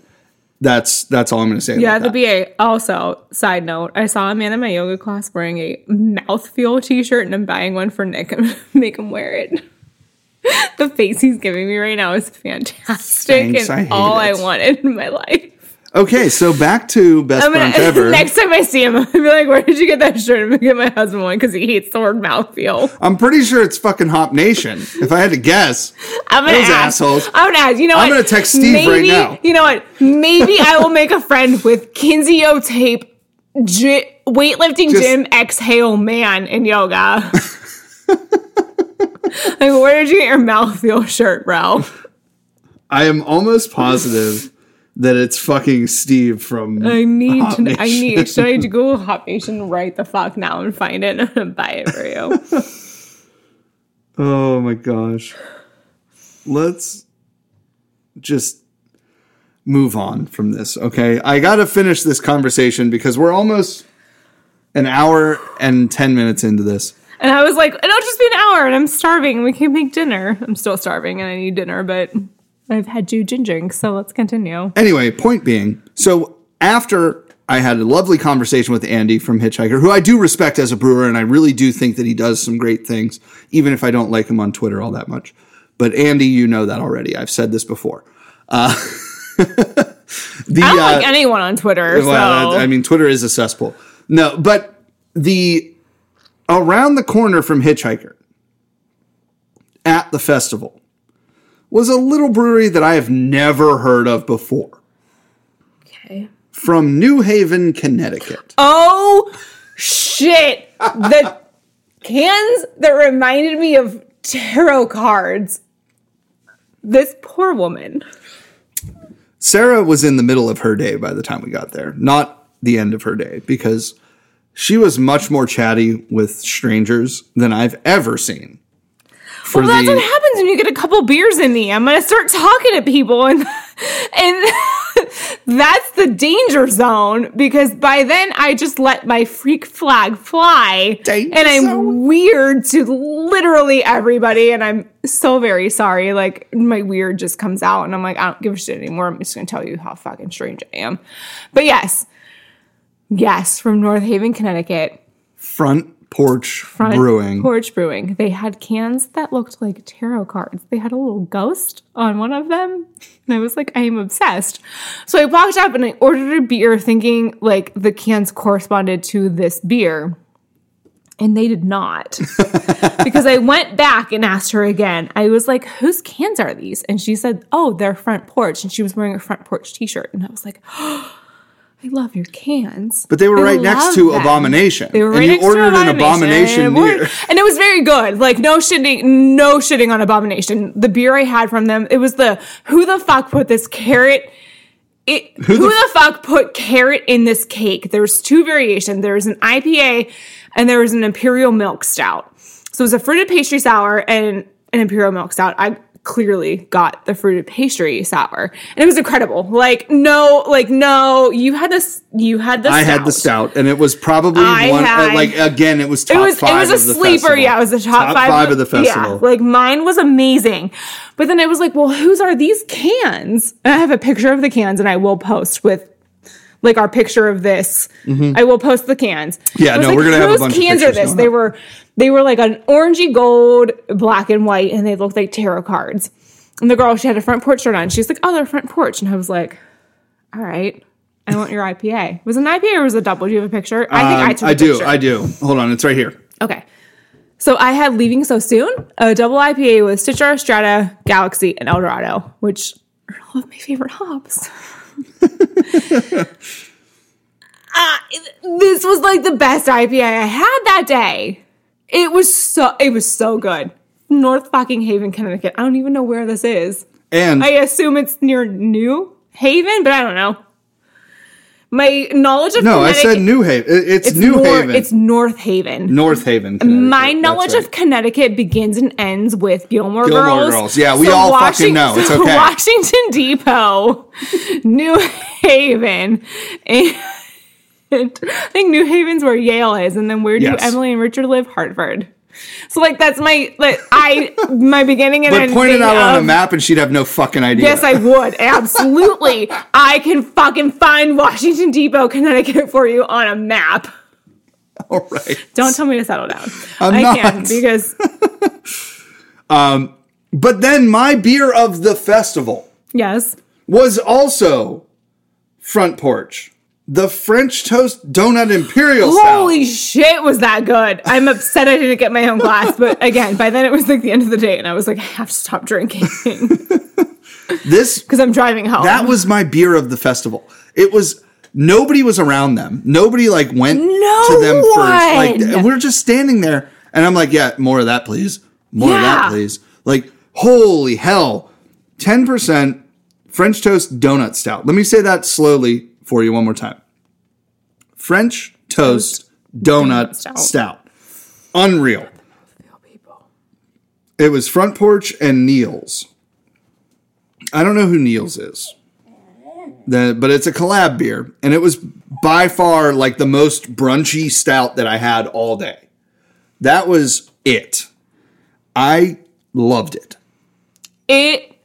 Speaker 1: That's that's all I'm going to say.
Speaker 2: Yeah,
Speaker 1: about
Speaker 2: the
Speaker 1: that.
Speaker 2: BA. Also, side note, I saw a man in my yoga class wearing a mouthfeel T-shirt, and I'm buying one for Nick and make him wear it. the face he's giving me right now is fantastic,
Speaker 1: Thanks, I hate
Speaker 2: and all
Speaker 1: it.
Speaker 2: I wanted in my life.
Speaker 1: Okay, so back to best
Speaker 2: I'm
Speaker 1: brunch
Speaker 2: gonna,
Speaker 1: ever.
Speaker 2: Next time I see him, I'll be like, "Where did you get that shirt?" I'm gonna get my husband one because he hates the word mouthfeel.
Speaker 1: I'm pretty sure it's fucking Hop Nation. If I had to guess,
Speaker 2: I'm gonna
Speaker 1: Those
Speaker 2: ask.
Speaker 1: assholes.
Speaker 2: I'm gonna ask. You know what?
Speaker 1: I'm gonna text Steve right
Speaker 2: Maybe,
Speaker 1: now.
Speaker 2: You know what? Maybe I will make a friend with Kinzio Tape, gy- weightlifting
Speaker 1: Just-
Speaker 2: gym exhale man in yoga. like, where did you get your mouthfeel shirt, bro?
Speaker 1: I am almost positive that it's fucking Steve from.
Speaker 2: I need.
Speaker 1: Hop
Speaker 2: to, know- I
Speaker 1: Nation.
Speaker 2: need. Should I Google Hot Nation right the fuck now and find it and buy it for you?
Speaker 1: Oh my gosh. Let's just move on from this, okay? I got to finish this conversation because we're almost an hour and 10 minutes into this.
Speaker 2: And I was like, it'll just be an hour and I'm starving and we can make dinner. I'm still starving and I need dinner, but I've had you gingering, so let's continue.
Speaker 1: Anyway, point being, so after I had a lovely conversation with Andy from Hitchhiker, who I do respect as a brewer, and I really do think that he does some great things, even if I don't like him on Twitter all that much. But Andy, you know that already. I've said this before. Uh, the,
Speaker 2: I don't
Speaker 1: uh,
Speaker 2: like anyone on Twitter,
Speaker 1: Well,
Speaker 2: so
Speaker 1: I, I mean, Twitter is a cesspool. No, but the around the corner from Hitchhiker at the festival was a little brewery that I have never heard of before
Speaker 2: okay.
Speaker 1: from New Haven, Connecticut.
Speaker 2: Oh shit! The cans that reminded me of tarot cards. This poor woman.
Speaker 1: Sarah was in the middle of her day by the time we got there, not the end of her day, because she was much more chatty with strangers than I've ever seen. For
Speaker 2: Well, that's what happens when you get a couple beers in me. I'm gonna start talking to people, and and that's the danger zone because by then I just let my freak flag fly,
Speaker 1: Danger
Speaker 2: and I'm
Speaker 1: zone.
Speaker 2: weird to literally everybody, and I'm so very sorry. Like my weird just comes out, and I'm like, I don't give a shit anymore. I'm just gonna tell you how fucking strange I am. But yes, yes, from North Haven, Connecticut.
Speaker 1: front porch
Speaker 2: Front
Speaker 1: brewing.
Speaker 2: Porch Brewing. They had cans that looked like tarot cards. They had a little ghost on one of them. And I was like, I am obsessed. So I walked up and I ordered a beer thinking like the cans corresponded to this beer. And they did not. because I went back and asked her again. I was like, whose cans are these? And she said, oh, they're front porch. And she was wearing a front porch t shirt. And I was like, oh, I love your cans.
Speaker 1: But they were
Speaker 2: I
Speaker 1: right next
Speaker 2: love
Speaker 1: to
Speaker 2: them.
Speaker 1: Abomination.
Speaker 2: They were right
Speaker 1: and you
Speaker 2: next
Speaker 1: ordered
Speaker 2: to
Speaker 1: an Abomination
Speaker 2: and,
Speaker 1: beer.
Speaker 2: it worked. And it was very good. Like no shitting, no shitting on Abomination. The beer I had from them, it was the who the fuck put this carrot. It, who, the, fuck put carrot in this cake? There's two variations. There was an IPA and there was an imperial milk stout. So it was a fruited pastry sour and an imperial milk stout. I clearly got the fruited pastry sour, and it was incredible. Like no, like no, you had this, you had this.
Speaker 1: I had the stout, and it was probably
Speaker 2: I
Speaker 1: one. uh,
Speaker 2: had-
Speaker 1: like again, it was top
Speaker 2: it was
Speaker 1: five.
Speaker 2: it was a
Speaker 1: of the
Speaker 2: sleeper.
Speaker 1: festival.
Speaker 2: Yeah, it was the top,
Speaker 1: five, of the festival.
Speaker 2: Yeah, like mine was amazing, but then I was like, well, whose are these cans? And I have a picture of the cans, and I will post with like our picture of this. I will post the cans.
Speaker 1: Mm-hmm. Yeah,
Speaker 2: I was
Speaker 1: no, we're gonna have a
Speaker 2: whose
Speaker 1: bunch of
Speaker 2: cans are
Speaker 1: pictures
Speaker 2: this?
Speaker 1: going
Speaker 2: They
Speaker 1: up.
Speaker 2: were they were like an orangey gold, black and white, and they looked like tarot cards. And the girl, she had a front porch shirt on. She's like, oh, they're front porch, and I was like, all right. I want your IPA. Was it an IPA or was it a double? Do you have a picture? I think I
Speaker 1: Um,
Speaker 2: took a
Speaker 1: I do.
Speaker 2: picture.
Speaker 1: I do. Hold on, it's right here.
Speaker 2: Okay. So I had Leaving So Soon, a double IPA with Citra, Strata, Galaxy, and Eldorado, which are all of my favorite hops. Ah, this was like the best IPA I had that day. It was so it was so good. North fucking Haven, Connecticut. I don't even know where this is.
Speaker 1: And
Speaker 2: I assume it's near New Haven, but I don't know. My knowledge of
Speaker 1: No, I
Speaker 2: Connecticut.
Speaker 1: said New Haven. It- It's, New
Speaker 2: Nor-
Speaker 1: Haven.
Speaker 2: It's North Haven.
Speaker 1: North Haven. Connecticut.
Speaker 2: My
Speaker 1: That's
Speaker 2: knowledge
Speaker 1: right.
Speaker 2: of Connecticut begins and ends with Gilmore,
Speaker 1: Gilmore
Speaker 2: Girls.
Speaker 1: Girls. Yeah, we all fucking
Speaker 2: Washing-
Speaker 1: know. It's
Speaker 2: so
Speaker 1: okay.
Speaker 2: Washington Depot, New Haven, and I think New Haven's where Yale is, and then where do
Speaker 1: Yes.
Speaker 2: Emily and Richard live? Hartford. So like that's my like I my beginning and
Speaker 1: But
Speaker 2: ending
Speaker 1: point it out on
Speaker 2: of-
Speaker 1: a map, and she'd have no fucking idea.
Speaker 2: Yes, I would. Absolutely. I can fucking find Washington Depot, Connecticut for you on a map.
Speaker 1: All right.
Speaker 2: Don't tell me to settle down.
Speaker 1: I'm
Speaker 2: I
Speaker 1: not.
Speaker 2: can because
Speaker 1: But then my beer of the festival
Speaker 2: yes.
Speaker 1: was also front porch. The French toast donut imperial
Speaker 2: Holy
Speaker 1: salad.
Speaker 2: shit, was that good? I'm upset I didn't get my own glass, but again, by then it was like the end of the day, and I was like, I have to stop drinking because
Speaker 1: This
Speaker 2: I'm driving home.
Speaker 1: that was my beer of the festival. It was nobody was around them. Nobody like went
Speaker 2: No
Speaker 1: to them first. Like
Speaker 2: one.
Speaker 1: and we're just standing there, and I'm like, yeah, more of that, please. More of that,
Speaker 2: Yeah.
Speaker 1: please. Like holy hell, ten percent French toast donut stout. Let me say that slowly for you one more time. French toast donut,
Speaker 2: donut stout.
Speaker 1: stout. Unreal. It was front porch and Neils. I don't know who Neils is. The- but it's a collab beer, and it was by far like the most brunchy stout that I had all day. That was it. I loved it.
Speaker 2: it.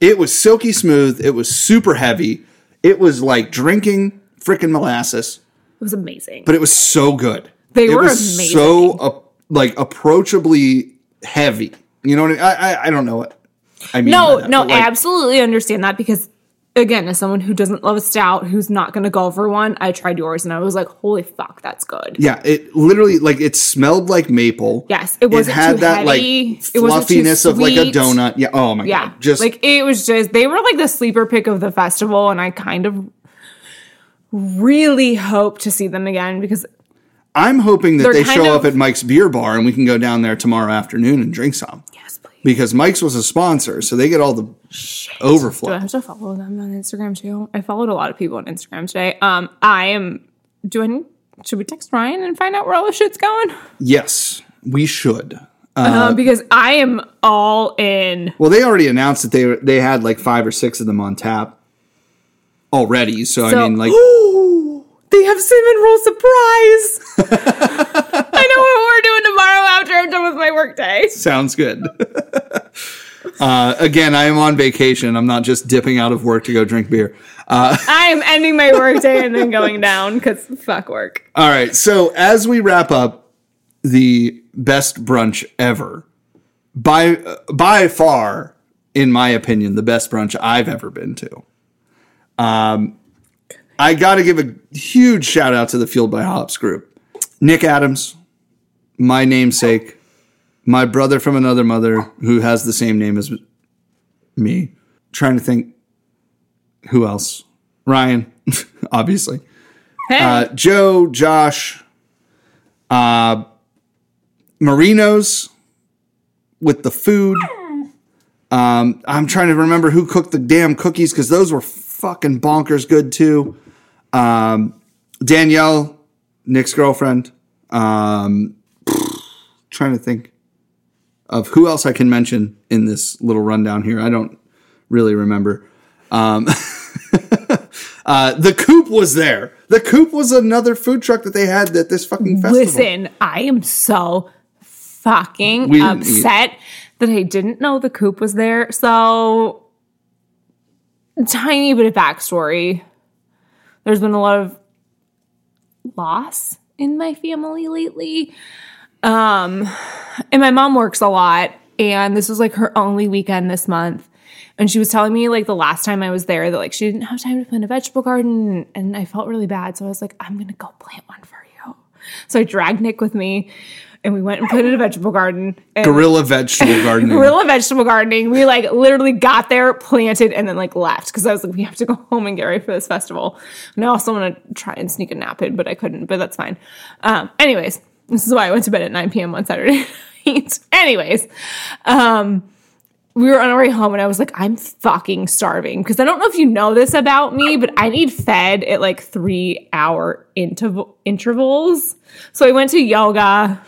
Speaker 1: It was silky smooth. It was super heavy. It was like drinking freaking molasses,
Speaker 2: was amazing.
Speaker 1: but it was so good.
Speaker 2: They
Speaker 1: it
Speaker 2: were
Speaker 1: was
Speaker 2: amazing.
Speaker 1: so uh, like approachably heavy. You know what I mean? I, I, I don't know what I mean.
Speaker 2: no,
Speaker 1: by that,
Speaker 2: no,
Speaker 1: but, like,
Speaker 2: absolutely understand that because again, as someone who doesn't love a stout, who's not going to go for one, I tried yours and I was like, holy fuck, that's good.
Speaker 1: Yeah, it literally like it smelled like maple.
Speaker 2: Yes, it wasn't
Speaker 1: had
Speaker 2: too
Speaker 1: that
Speaker 2: heavy.
Speaker 1: like
Speaker 2: It wasn't too
Speaker 1: fluffiness of like a
Speaker 2: sweet.
Speaker 1: donut. Yeah. Oh my
Speaker 2: Yeah.
Speaker 1: god. Just
Speaker 2: like it was just they were like the sleeper pick of the festival and I kind of really hope to see them again because
Speaker 1: I'm hoping that
Speaker 2: they're
Speaker 1: they
Speaker 2: kind
Speaker 1: show
Speaker 2: of-
Speaker 1: up at Mike's beer bar and we can go down there tomorrow afternoon and drink some
Speaker 2: yes, please.
Speaker 1: because Mike's was a sponsor, so they get all the
Speaker 2: Do I
Speaker 1: overflow.
Speaker 2: have to follow them on Instagram too? I followed a lot of people on Instagram today. Um I am do I need should we text Ryan and find out where all the shit's going?
Speaker 1: Yes, we should.
Speaker 2: um, because I am all in.
Speaker 1: Well, they already announced that they they had like five or six of them on tap already. So, I
Speaker 2: So-
Speaker 1: mean, like
Speaker 2: They have cinnamon roll surprise. I know what we're doing tomorrow after I'm done with my workday.
Speaker 1: sounds good. uh, again, I am on vacation. I'm not just dipping out of work to go drink beer.
Speaker 2: I am ending my workday and then going down because fuck work.
Speaker 1: All right. So as we wrap up the best brunch ever, by by far, in my opinion, the best brunch I've ever been to. Um, I got to give a huge shout out to the Fueled by Hops group, Nick Adams, my namesake, my brother from another mother who has the same name as me. Trying to think, who else? Ryan, obviously
Speaker 2: Hey,
Speaker 1: uh, Joe, Josh, uh, Marinos with the food. Um, I'm trying to remember who cooked the damn cookies because those were fucking bonkers good too. Um, Danielle, Nick's girlfriend. Um, trying to think of who else I can mention in this little rundown here. I don't really remember. Um, Uh, the Coop was there. The Coop was another food truck that they had at this fucking festival.
Speaker 2: listen, I am so fucking
Speaker 1: We didn't eat.
Speaker 2: upset that I didn't know the coop was there. So, tiny bit of backstory. There's been a lot of loss in my family lately. Um, and my mom works a lot, and this was like her only weekend this month. And she was telling me like the last time I was there that like she didn't have time to plant a vegetable garden, and I felt really bad. So I was like, I'm gonna go plant one for you. So I dragged Nick with me, and we went and planted a vegetable garden. And
Speaker 1: Gorilla vegetable gardening.
Speaker 2: Gorilla vegetable gardening. We like literally got there, planted, and then like left because I was like, we have to go home and get ready for this festival. And I also want to try and sneak a nap in, but I couldn't. But that's fine. Um, anyways, this is why I went to bed at 9 p.m. on Saturday night. anyways, um, we were on our way home and I was like, I'm fucking starving. Because I don't know if you know this about me, but I need fed at like three hour interv- intervals. So I went to yoga,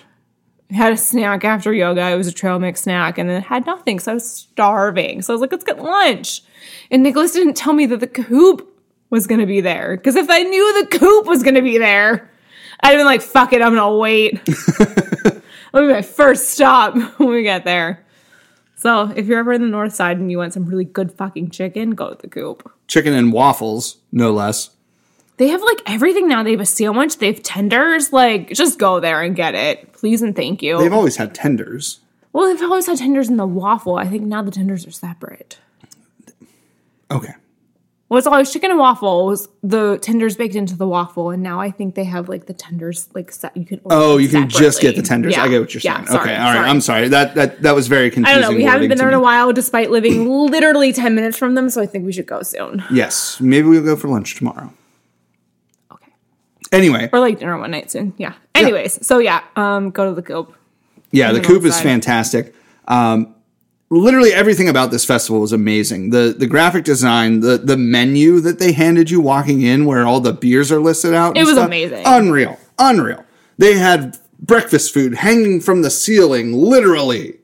Speaker 2: had a snack after yoga. It was a trail mix snack and then had nothing. So I was starving. So I was like, let's get lunch. And Nicholas didn't tell me that the coop was going to be there. Because if I knew the coop was going to be there, I'd have been like, fuck it, I'm going to wait. That'll be my first stop when we get there. So if you're ever in the north side and you want some really good fucking chicken, go to the coop.
Speaker 1: Chicken and waffles, no less.
Speaker 2: They have like everything now. They have a sandwich, they have tenders. Like, just go there and get it. Please and thank you.
Speaker 1: They've always had tenders.
Speaker 2: well, they've always had tenders in the waffle. I think now the tenders are separate.
Speaker 1: Okay.
Speaker 2: Well, it's always chicken and waffles. The tenders baked into the waffle, and now I think they have like the tenders like set. You can order
Speaker 1: Oh,
Speaker 2: them
Speaker 1: you can just get the
Speaker 2: separately.
Speaker 1: tenders.
Speaker 2: Yeah.
Speaker 1: I get what you're
Speaker 2: Yeah,
Speaker 1: saying.
Speaker 2: sorry,
Speaker 1: okay, all right.
Speaker 2: sorry.
Speaker 1: I'm sorry. That that that was very
Speaker 2: I
Speaker 1: confusing.
Speaker 2: don't know. We haven't
Speaker 1: wording
Speaker 2: been
Speaker 1: to
Speaker 2: there in a
Speaker 1: me.
Speaker 2: while, despite living literally ten minutes from them. So I think we should go soon.
Speaker 1: Yes, maybe we'll go for lunch tomorrow.
Speaker 2: Okay.
Speaker 1: Anyway,
Speaker 2: or like dinner one night soon. Yeah. Anyways, so yeah, um, go to the Coop.
Speaker 1: yeah, the
Speaker 2: the
Speaker 1: coop
Speaker 2: north
Speaker 1: is
Speaker 2: side.
Speaker 1: fantastic. Um, literally everything about this festival was amazing. The the graphic design, the the menu that they handed you walking in, where all the beers are listed out.
Speaker 2: It was amazing.
Speaker 1: Unreal, unreal. They had breakfast food hanging from the ceiling, literally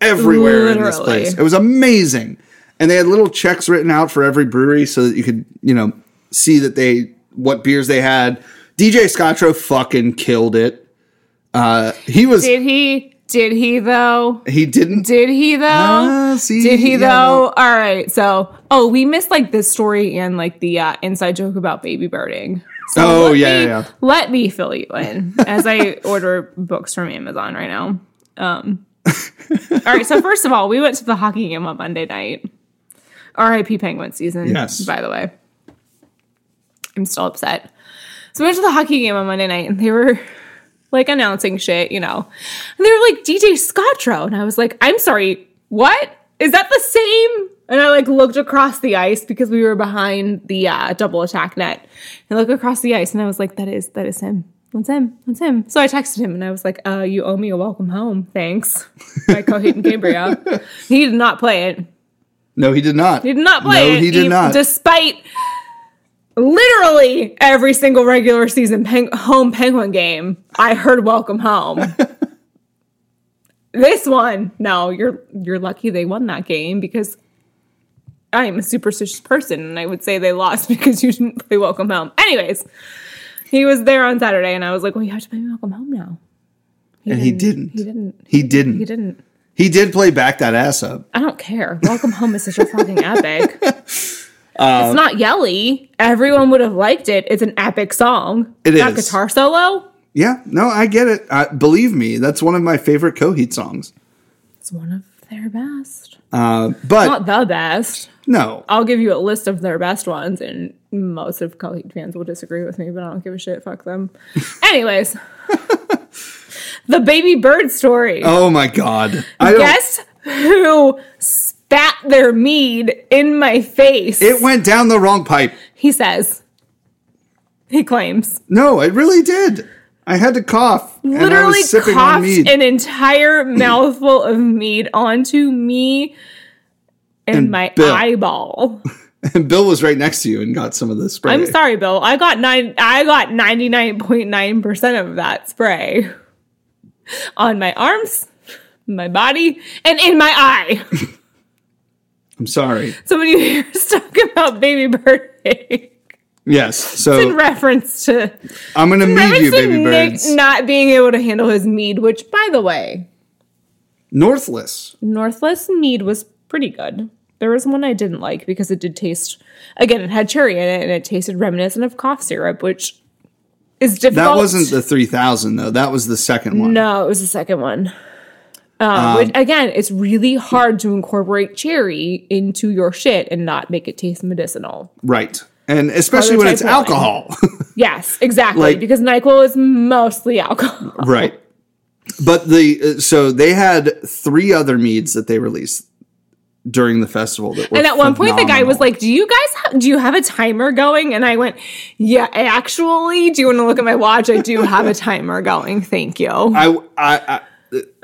Speaker 1: everywhere in this
Speaker 2: Literally.
Speaker 1: place. It was amazing, and they had little checks written out for every brewery so that you could you know see that they what beers they had. DJ Scotro fucking killed it. Uh, he was
Speaker 2: Did he? Did he though?
Speaker 1: he didn't
Speaker 2: Did he though?
Speaker 1: Ah, see,
Speaker 2: Did he
Speaker 1: yeah, Oh,
Speaker 2: though? All right. So, oh, we missed like this story and like the uh, inside joke about baby birding. So
Speaker 1: Oh,
Speaker 2: let
Speaker 1: yeah,
Speaker 2: me-
Speaker 1: yeah, yeah.
Speaker 2: Let me fill you in as I order books from Amazon right now. Um, all right. So first of all, we went to the hockey game on Monday night. R.I.P. Penguin season.
Speaker 1: Yes.
Speaker 2: By the way, I'm still upset. So we went to the hockey game on Monday night, and they were like announcing shit, you know. And they were like DJ Scottro, and I was like, I'm sorry, what is that the same? And I like looked across the ice because we were behind the uh, double attack net, and I looked across the ice, and I was like, that is that is him. That's him. That's him. So I texted him and I was like, uh, you owe me a welcome home. Thanks. By Coheed and Cambria. he did not play it.
Speaker 1: No, he did not.
Speaker 2: He did not play
Speaker 1: No,
Speaker 2: it.
Speaker 1: he did
Speaker 2: e-
Speaker 1: not.
Speaker 2: Despite literally every single regular season peng- home Penguin game, I heard "Welcome Home." this one, no, you're you're lucky they won that game because I am a superstitious person, and I would say they lost because you didn't play "Welcome Home." Anyways, he was there on Saturday, and I was like, "Well, you have to play me "Welcome Home" now."
Speaker 1: and he didn't.
Speaker 2: He didn't.
Speaker 1: He didn't.
Speaker 2: He didn't.
Speaker 1: He did play back that ass up.
Speaker 2: I don't care. Welcome home is such a fucking epic.
Speaker 1: Um,
Speaker 2: it's not yelly. Everyone would have liked it. It's an epic song.
Speaker 1: It
Speaker 2: that
Speaker 1: is.
Speaker 2: guitar solo.
Speaker 1: Yeah, no, I get it. Uh, believe me, that's one of my favorite Coheed songs.
Speaker 2: It's one of their best.
Speaker 1: Uh, but
Speaker 2: Not the best.
Speaker 1: no,
Speaker 2: I'll give you a list of their best ones, and most of Coheed fans will disagree with me, but I don't give a shit. Fuck them. Anyways, the baby bird story.
Speaker 1: oh my god, I don't.
Speaker 2: Guess who spat their mead in my face?
Speaker 1: It went down the wrong pipe.
Speaker 2: he says. He claims.
Speaker 1: No, it really did. I had to cough. and I
Speaker 2: literally
Speaker 1: was sipping on
Speaker 2: coughed
Speaker 1: mead.
Speaker 2: an entire mouthful of mead onto me and, my
Speaker 1: Bill.
Speaker 2: eyeball.
Speaker 1: And Bill was right next to you and got some of the spray.
Speaker 2: I'm sorry, Bill. I got nine. I got 99.9 percent of that spray on my arms, my body, and in my eye.
Speaker 1: I'm sorry.
Speaker 2: So when you hear us talk about baby birding,
Speaker 1: Yes.
Speaker 2: in
Speaker 1: So
Speaker 2: reference to
Speaker 1: I'm gonna mead Oh. you,
Speaker 2: reference to
Speaker 1: baby
Speaker 2: Nick
Speaker 1: birds.
Speaker 2: not being able to handle his mead, which, by the way,
Speaker 1: Northless.
Speaker 2: Northless mead was pretty good. There was one I didn't like because it did taste, again, it had cherry in it and it tasted reminiscent of cough syrup, which is difficult.
Speaker 1: That wasn't the three thousand though. That was the second one.
Speaker 2: No, it was the second one. Um, which, again, it's really hard to incorporate cherry into your shit and not make it taste medicinal.
Speaker 1: Right. And especially when
Speaker 2: type
Speaker 1: it's
Speaker 2: one.
Speaker 1: alcohol.
Speaker 2: Yes, exactly.
Speaker 1: Like-
Speaker 2: because NyQuil is mostly alcohol.
Speaker 1: right. But the uh, so they had three other meads that they released during the festival that were
Speaker 2: And at one point, the guy was
Speaker 1: phenomenal.
Speaker 2: like, "Do you guys ha- do you have a timer going?" And I went, "Yeah, actually, do you want to look at my watch? I do have a timer going. Thank you."
Speaker 1: I, I, I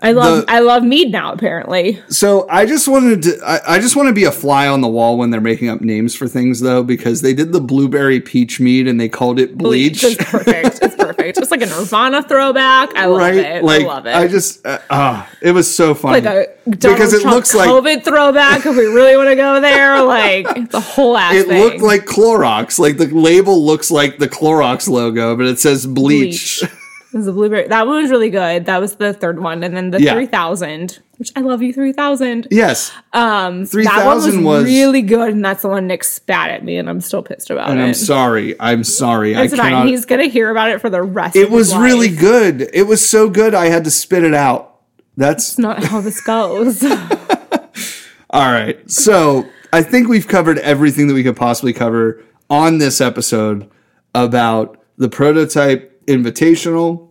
Speaker 2: I love I love Mead now apparently.
Speaker 1: So I just wanted to I, I just want to be a fly on the wall when they're making up names for things though because they did the blueberry peach mead and they called it bleach.
Speaker 2: It's perfect. It's perfect. It's like a Nirvana throwback. I love
Speaker 1: right?
Speaker 2: it.
Speaker 1: Like
Speaker 2: I love it.
Speaker 1: I just uh, ah, it was so funny
Speaker 2: like a Donald
Speaker 1: because it
Speaker 2: Trump
Speaker 1: looks like
Speaker 2: COVID throwback. If we really want to go there, like it's a whole ass.
Speaker 1: it
Speaker 2: thing.
Speaker 1: looked like Clorox. Like the label looks like the Clorox logo, but it says bleach.
Speaker 2: It was a blueberry. That one was really good. That was the third one, and then the
Speaker 1: Yeah.
Speaker 2: three thousand, which I love you three thousand.
Speaker 1: Yes,
Speaker 2: Um,
Speaker 1: three
Speaker 2: that one was,
Speaker 1: thousand was.
Speaker 2: really good, and that's the one Nick spat at me, and I'm still pissed about
Speaker 1: and
Speaker 2: it.
Speaker 1: I'm sorry. I'm sorry.
Speaker 2: it's
Speaker 1: I
Speaker 2: fine.
Speaker 1: cannot.
Speaker 2: He's gonna hear about it for the rest. of
Speaker 1: It
Speaker 2: his
Speaker 1: was
Speaker 2: life.
Speaker 1: really good. It was so good. I had to spit it out. That's
Speaker 2: It's not how this goes.
Speaker 1: All right. So I think we've covered everything that we could possibly cover on this episode about the prototype invitational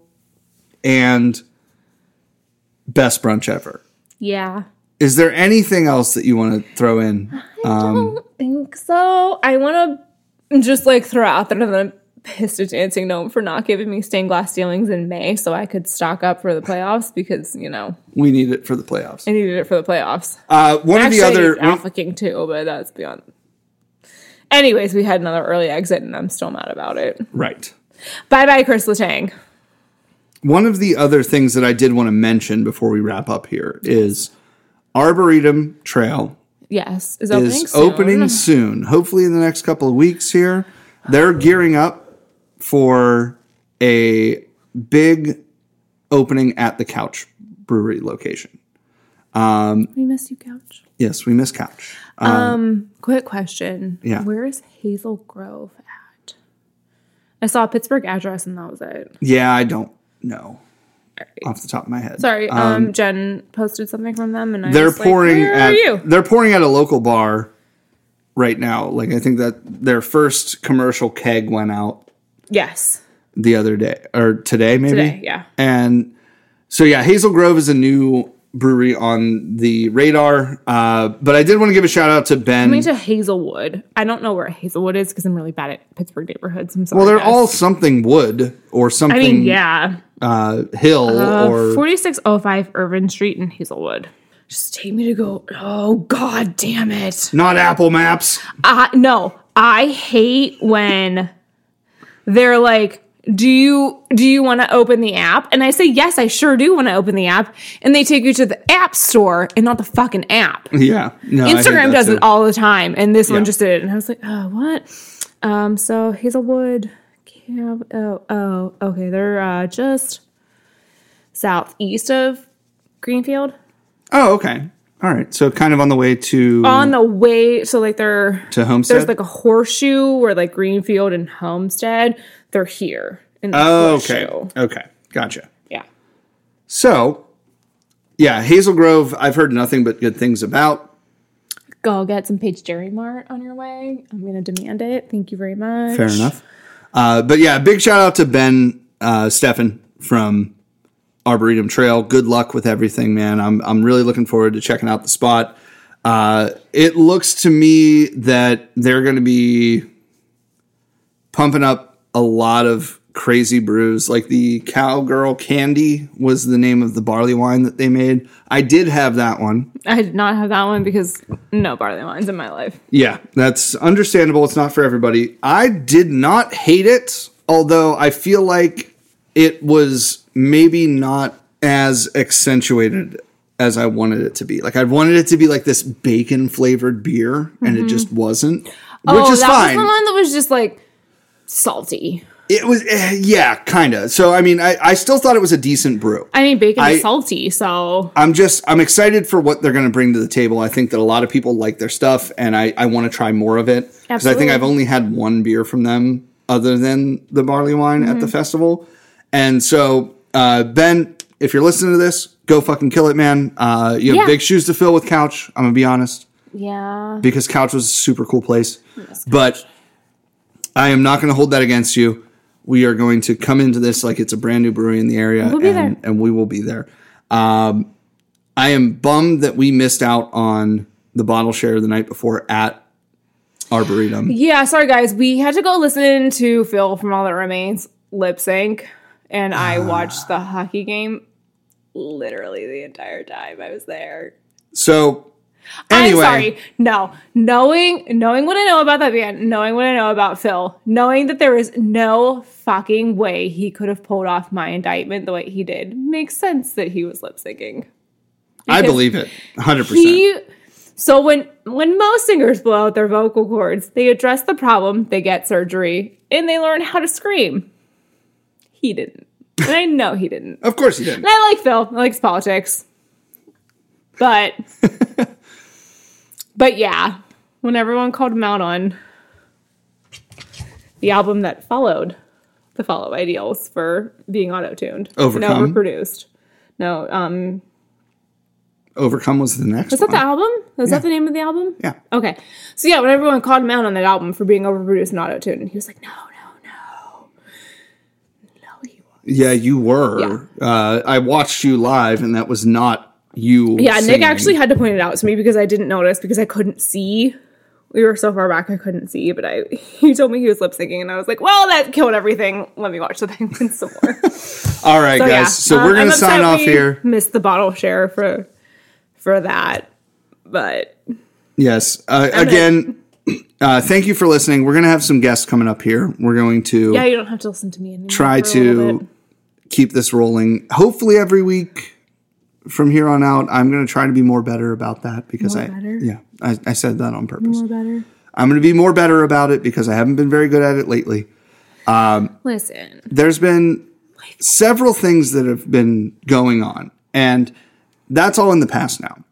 Speaker 1: and best brunch ever.
Speaker 2: yeah.
Speaker 1: Is there anything else that you want to throw in?
Speaker 2: don't think so. I want to just like throw out that I'm pissed at Dancing Gnome for not giving me stained glass ceilings in May so I could stock up for the playoffs because, you know,
Speaker 1: We need it for the playoffs.
Speaker 2: I needed it for the playoffs.
Speaker 1: Uh, one
Speaker 2: Actually,
Speaker 1: of the
Speaker 2: I
Speaker 1: other
Speaker 2: needed Alpha King too, but that's beyond. Anyways, we had another early exit and I'm still mad about it.
Speaker 1: right.
Speaker 2: Bye bye, Chris Letang.
Speaker 1: One of the other things that I did want to mention before we wrap up here is Arboretum Trail
Speaker 2: Yes, is opening.
Speaker 1: is
Speaker 2: soon.
Speaker 1: opening soon. Hopefully, in the next couple of weeks here. They're gearing up for a big opening at the Couch Brewery location.
Speaker 2: We miss you, Couch.
Speaker 1: Yes, we miss Couch.
Speaker 2: Quick question.
Speaker 1: Yeah.
Speaker 2: Where is Hazel Grove at? I saw a Pittsburgh address and that was it.
Speaker 1: Yeah, I don't know off the top of my head.
Speaker 2: Sorry, um, Jen posted something from them, and I
Speaker 1: They're
Speaker 2: was like,
Speaker 1: pouring
Speaker 2: Where
Speaker 1: at
Speaker 2: are you?
Speaker 1: they're pouring at a local bar right now. Like I think that their first commercial keg went out
Speaker 2: Yes,
Speaker 1: the other day or today maybe.
Speaker 2: today, yeah,
Speaker 1: And so, yeah, Hazel Grove is a new brewery on the radar. Uh, but I did want to give a shout out to Ben.
Speaker 2: coming to Hazelwood. I don't know where Hazelwood is because I'm really bad at Pittsburgh neighborhoods. I'm sorry.
Speaker 1: well, they're
Speaker 2: guys.
Speaker 1: all something wood or something
Speaker 2: I mean, yeah,
Speaker 1: uh, hill or.
Speaker 2: 4605 Irvin Street in Hazelwood. Just take me to go. Oh God, damn it!
Speaker 1: not Apple Maps.
Speaker 2: I, no, I hate when they're like, "Do you do you want to open the app?" And I say, "Yes, I sure do want to open the app." And they take you to the app store and not the fucking app.
Speaker 1: Yeah, no. I hate
Speaker 2: Instagram
Speaker 1: that
Speaker 2: does
Speaker 1: too.
Speaker 2: it all the time, and this
Speaker 1: Yeah.
Speaker 2: one just did it. And I was like, oh, what? Um, so Hazelwood, Cam, oh, oh, okay, they're uh, just southeast of Greenfield
Speaker 1: Oh, okay. All right. So kind of on the way to
Speaker 2: on the way. So like they're
Speaker 1: Mm. to Homestead.
Speaker 2: there's like a horseshoe where like Greenfield and Homestead, they're here. In the
Speaker 1: oh, okay.
Speaker 2: horseshoe.
Speaker 1: Okay. Gotcha.
Speaker 2: yeah.
Speaker 1: So, yeah, Hazel Grove. I've heard nothing but good things about.
Speaker 2: Go get some Page Dairy Mart on your way. I'm gonna demand it. Thank you very much.
Speaker 1: Fair enough. Uh, but yeah, big shout out to Ben uh, Steffen from Arboretum Trail. Good luck with everything, man. I'm I'm really looking forward to checking out the spot. Uh, it looks to me that they're going to be pumping up a lot of crazy brews. Like the Cowgirl Candy was the name of the barley wine that they made. I did have that one.
Speaker 2: I did not have that one because no barley wines in my life.
Speaker 1: Yeah, that's understandable. It's not for everybody. I did not hate it, although I feel like it was maybe not as accentuated as I wanted it to be. Like I wanted it to be like this bacon flavored beer, and it just wasn't, which is
Speaker 2: Mm-hmm. Oh, that
Speaker 1: fine.
Speaker 2: was the one that was just like salty.
Speaker 1: it was eh, yeah, kind of. So I mean, I, I still thought it was a decent brew.
Speaker 2: I mean, bacon
Speaker 1: I-
Speaker 2: is salty, so
Speaker 1: I'm just I'm excited for what they're going to bring to the table. I think that a lot of people like their stuff, and I I want to try more of it because I think
Speaker 2: Absolutely.
Speaker 1: I've only had one beer from them other than the barley wine at the
Speaker 2: Mm-hmm.
Speaker 1: festival. And so uh, Ben, if you're listening to this, go fucking kill it, man. Uh, you have
Speaker 2: Yeah.
Speaker 1: big shoes to fill with Couch. I'm gonna be honest
Speaker 2: yeah.
Speaker 1: because Couch was a super cool place. But I am not going to hold that against you. We are going to come into this like it's a brand new brewery in the area,
Speaker 2: We'll be
Speaker 1: and,
Speaker 2: there.
Speaker 1: and we will be there. Um, I am bummed that we missed out on the bottle share the night before at Arboretum.
Speaker 2: Yeah, sorry guys. We had to go listen to Phil from All That Remains lip sync, and I watched the hockey game literally the entire time I was there.
Speaker 1: So anyway,
Speaker 2: I'm sorry. No, knowing knowing what I know about that band, knowing what I know about Phil, knowing that there is no fucking way he could have pulled off my indictment the way he did, makes sense that he was lip syncing.
Speaker 1: I
Speaker 2: because
Speaker 1: believe it 100%.
Speaker 2: He. So when when most singers blow out their vocal cords, they address the problem, they get surgery, and they learn how to scream. He didn't, and I know he didn't.
Speaker 1: of course he didn't.
Speaker 2: And I like Phil. I like his politics. But but yeah, when everyone called him out on the album that followed the follow ideals for being auto-tuned.
Speaker 1: Overcome?
Speaker 2: And overproduced. No, um
Speaker 1: Overcome was the next
Speaker 2: was that
Speaker 1: one.
Speaker 2: the album? Was that the name of the album?
Speaker 1: yeah.
Speaker 2: Okay. So yeah, when everyone called him out on that album for being overproduced and auto-tuned, he was like, No, no, no. No, he won't.
Speaker 1: Yeah, you were. Uh, I watched you live, and that was not you.
Speaker 2: Yeah,
Speaker 1: singing.
Speaker 2: Nick actually had to point it out to me because I didn't notice because I couldn't see. We were so far back I couldn't see, but I he told me he was lip syncing and I was like, "Well, that killed everything. Let me watch the penguins some more." So,
Speaker 1: All right, guys.
Speaker 2: yeah.
Speaker 1: So
Speaker 2: Um,
Speaker 1: we're
Speaker 2: I'm
Speaker 1: gonna
Speaker 2: upset
Speaker 1: sign off
Speaker 2: we
Speaker 1: here.
Speaker 2: Missed the bottle share for for that, but
Speaker 1: Yes. Uh, again, uh, thank you for listening. We're gonna have some guests coming up here. We're going to
Speaker 2: yeah, you don't have to listen to me anymore.
Speaker 1: try
Speaker 2: for a little bit.
Speaker 1: to keep this rolling. Hopefully, every week from here on out, I'm gonna try to be more better about that because
Speaker 2: More
Speaker 1: I
Speaker 2: better?
Speaker 1: yeah I, I said that on purpose.
Speaker 2: more better.
Speaker 1: I'm gonna be more better about it because I haven't been very good at it lately.
Speaker 2: Listen,
Speaker 1: there's been several things that have been going on, and that's all in the past now.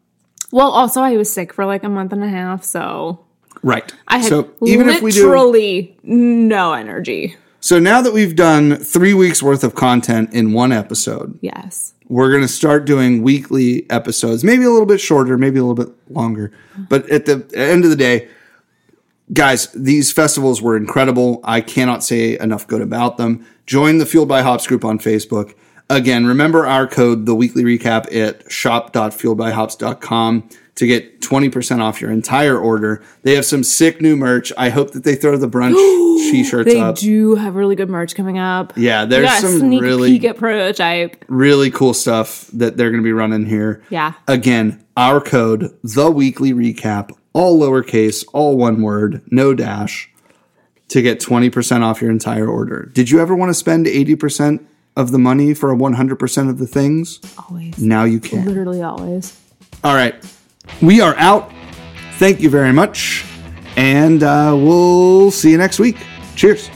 Speaker 2: well, also I was sick for like a month and a half, so
Speaker 1: Right.
Speaker 2: I had
Speaker 1: so
Speaker 2: literally
Speaker 1: even if we do
Speaker 2: no energy.
Speaker 1: so now that we've done three weeks worth of content in one episode,
Speaker 2: Yes,
Speaker 1: we're gonna start doing weekly episodes, maybe a little bit shorter, maybe a little bit longer. But at the end of the day, guys, these festivals were incredible. I cannot say enough good about them. Join the Fueled by Hops group on Facebook. Again, remember our code, the weekly recap at shop.fueledbyhops.com to get 20% off your entire order. They have some sick new merch. I hope that they throw the brunch t-shirts
Speaker 2: they
Speaker 1: up.
Speaker 2: do have really good merch coming up.
Speaker 1: Yeah, there's
Speaker 2: Yeah,
Speaker 1: some
Speaker 2: sneak
Speaker 1: really
Speaker 2: peek at prototype.
Speaker 1: really cool stuff that they're going to be running here.
Speaker 2: Yeah.
Speaker 1: Again, our code, the weekly recap, all lowercase, all one word, no dash, to get 20% off your entire order. Did you ever want to spend 80% of the money for 100% of the things?
Speaker 2: Always,
Speaker 1: Now you can.
Speaker 2: literally always.
Speaker 1: All right. We are out. Thank you very much. And uh, we'll see you next week. Cheers.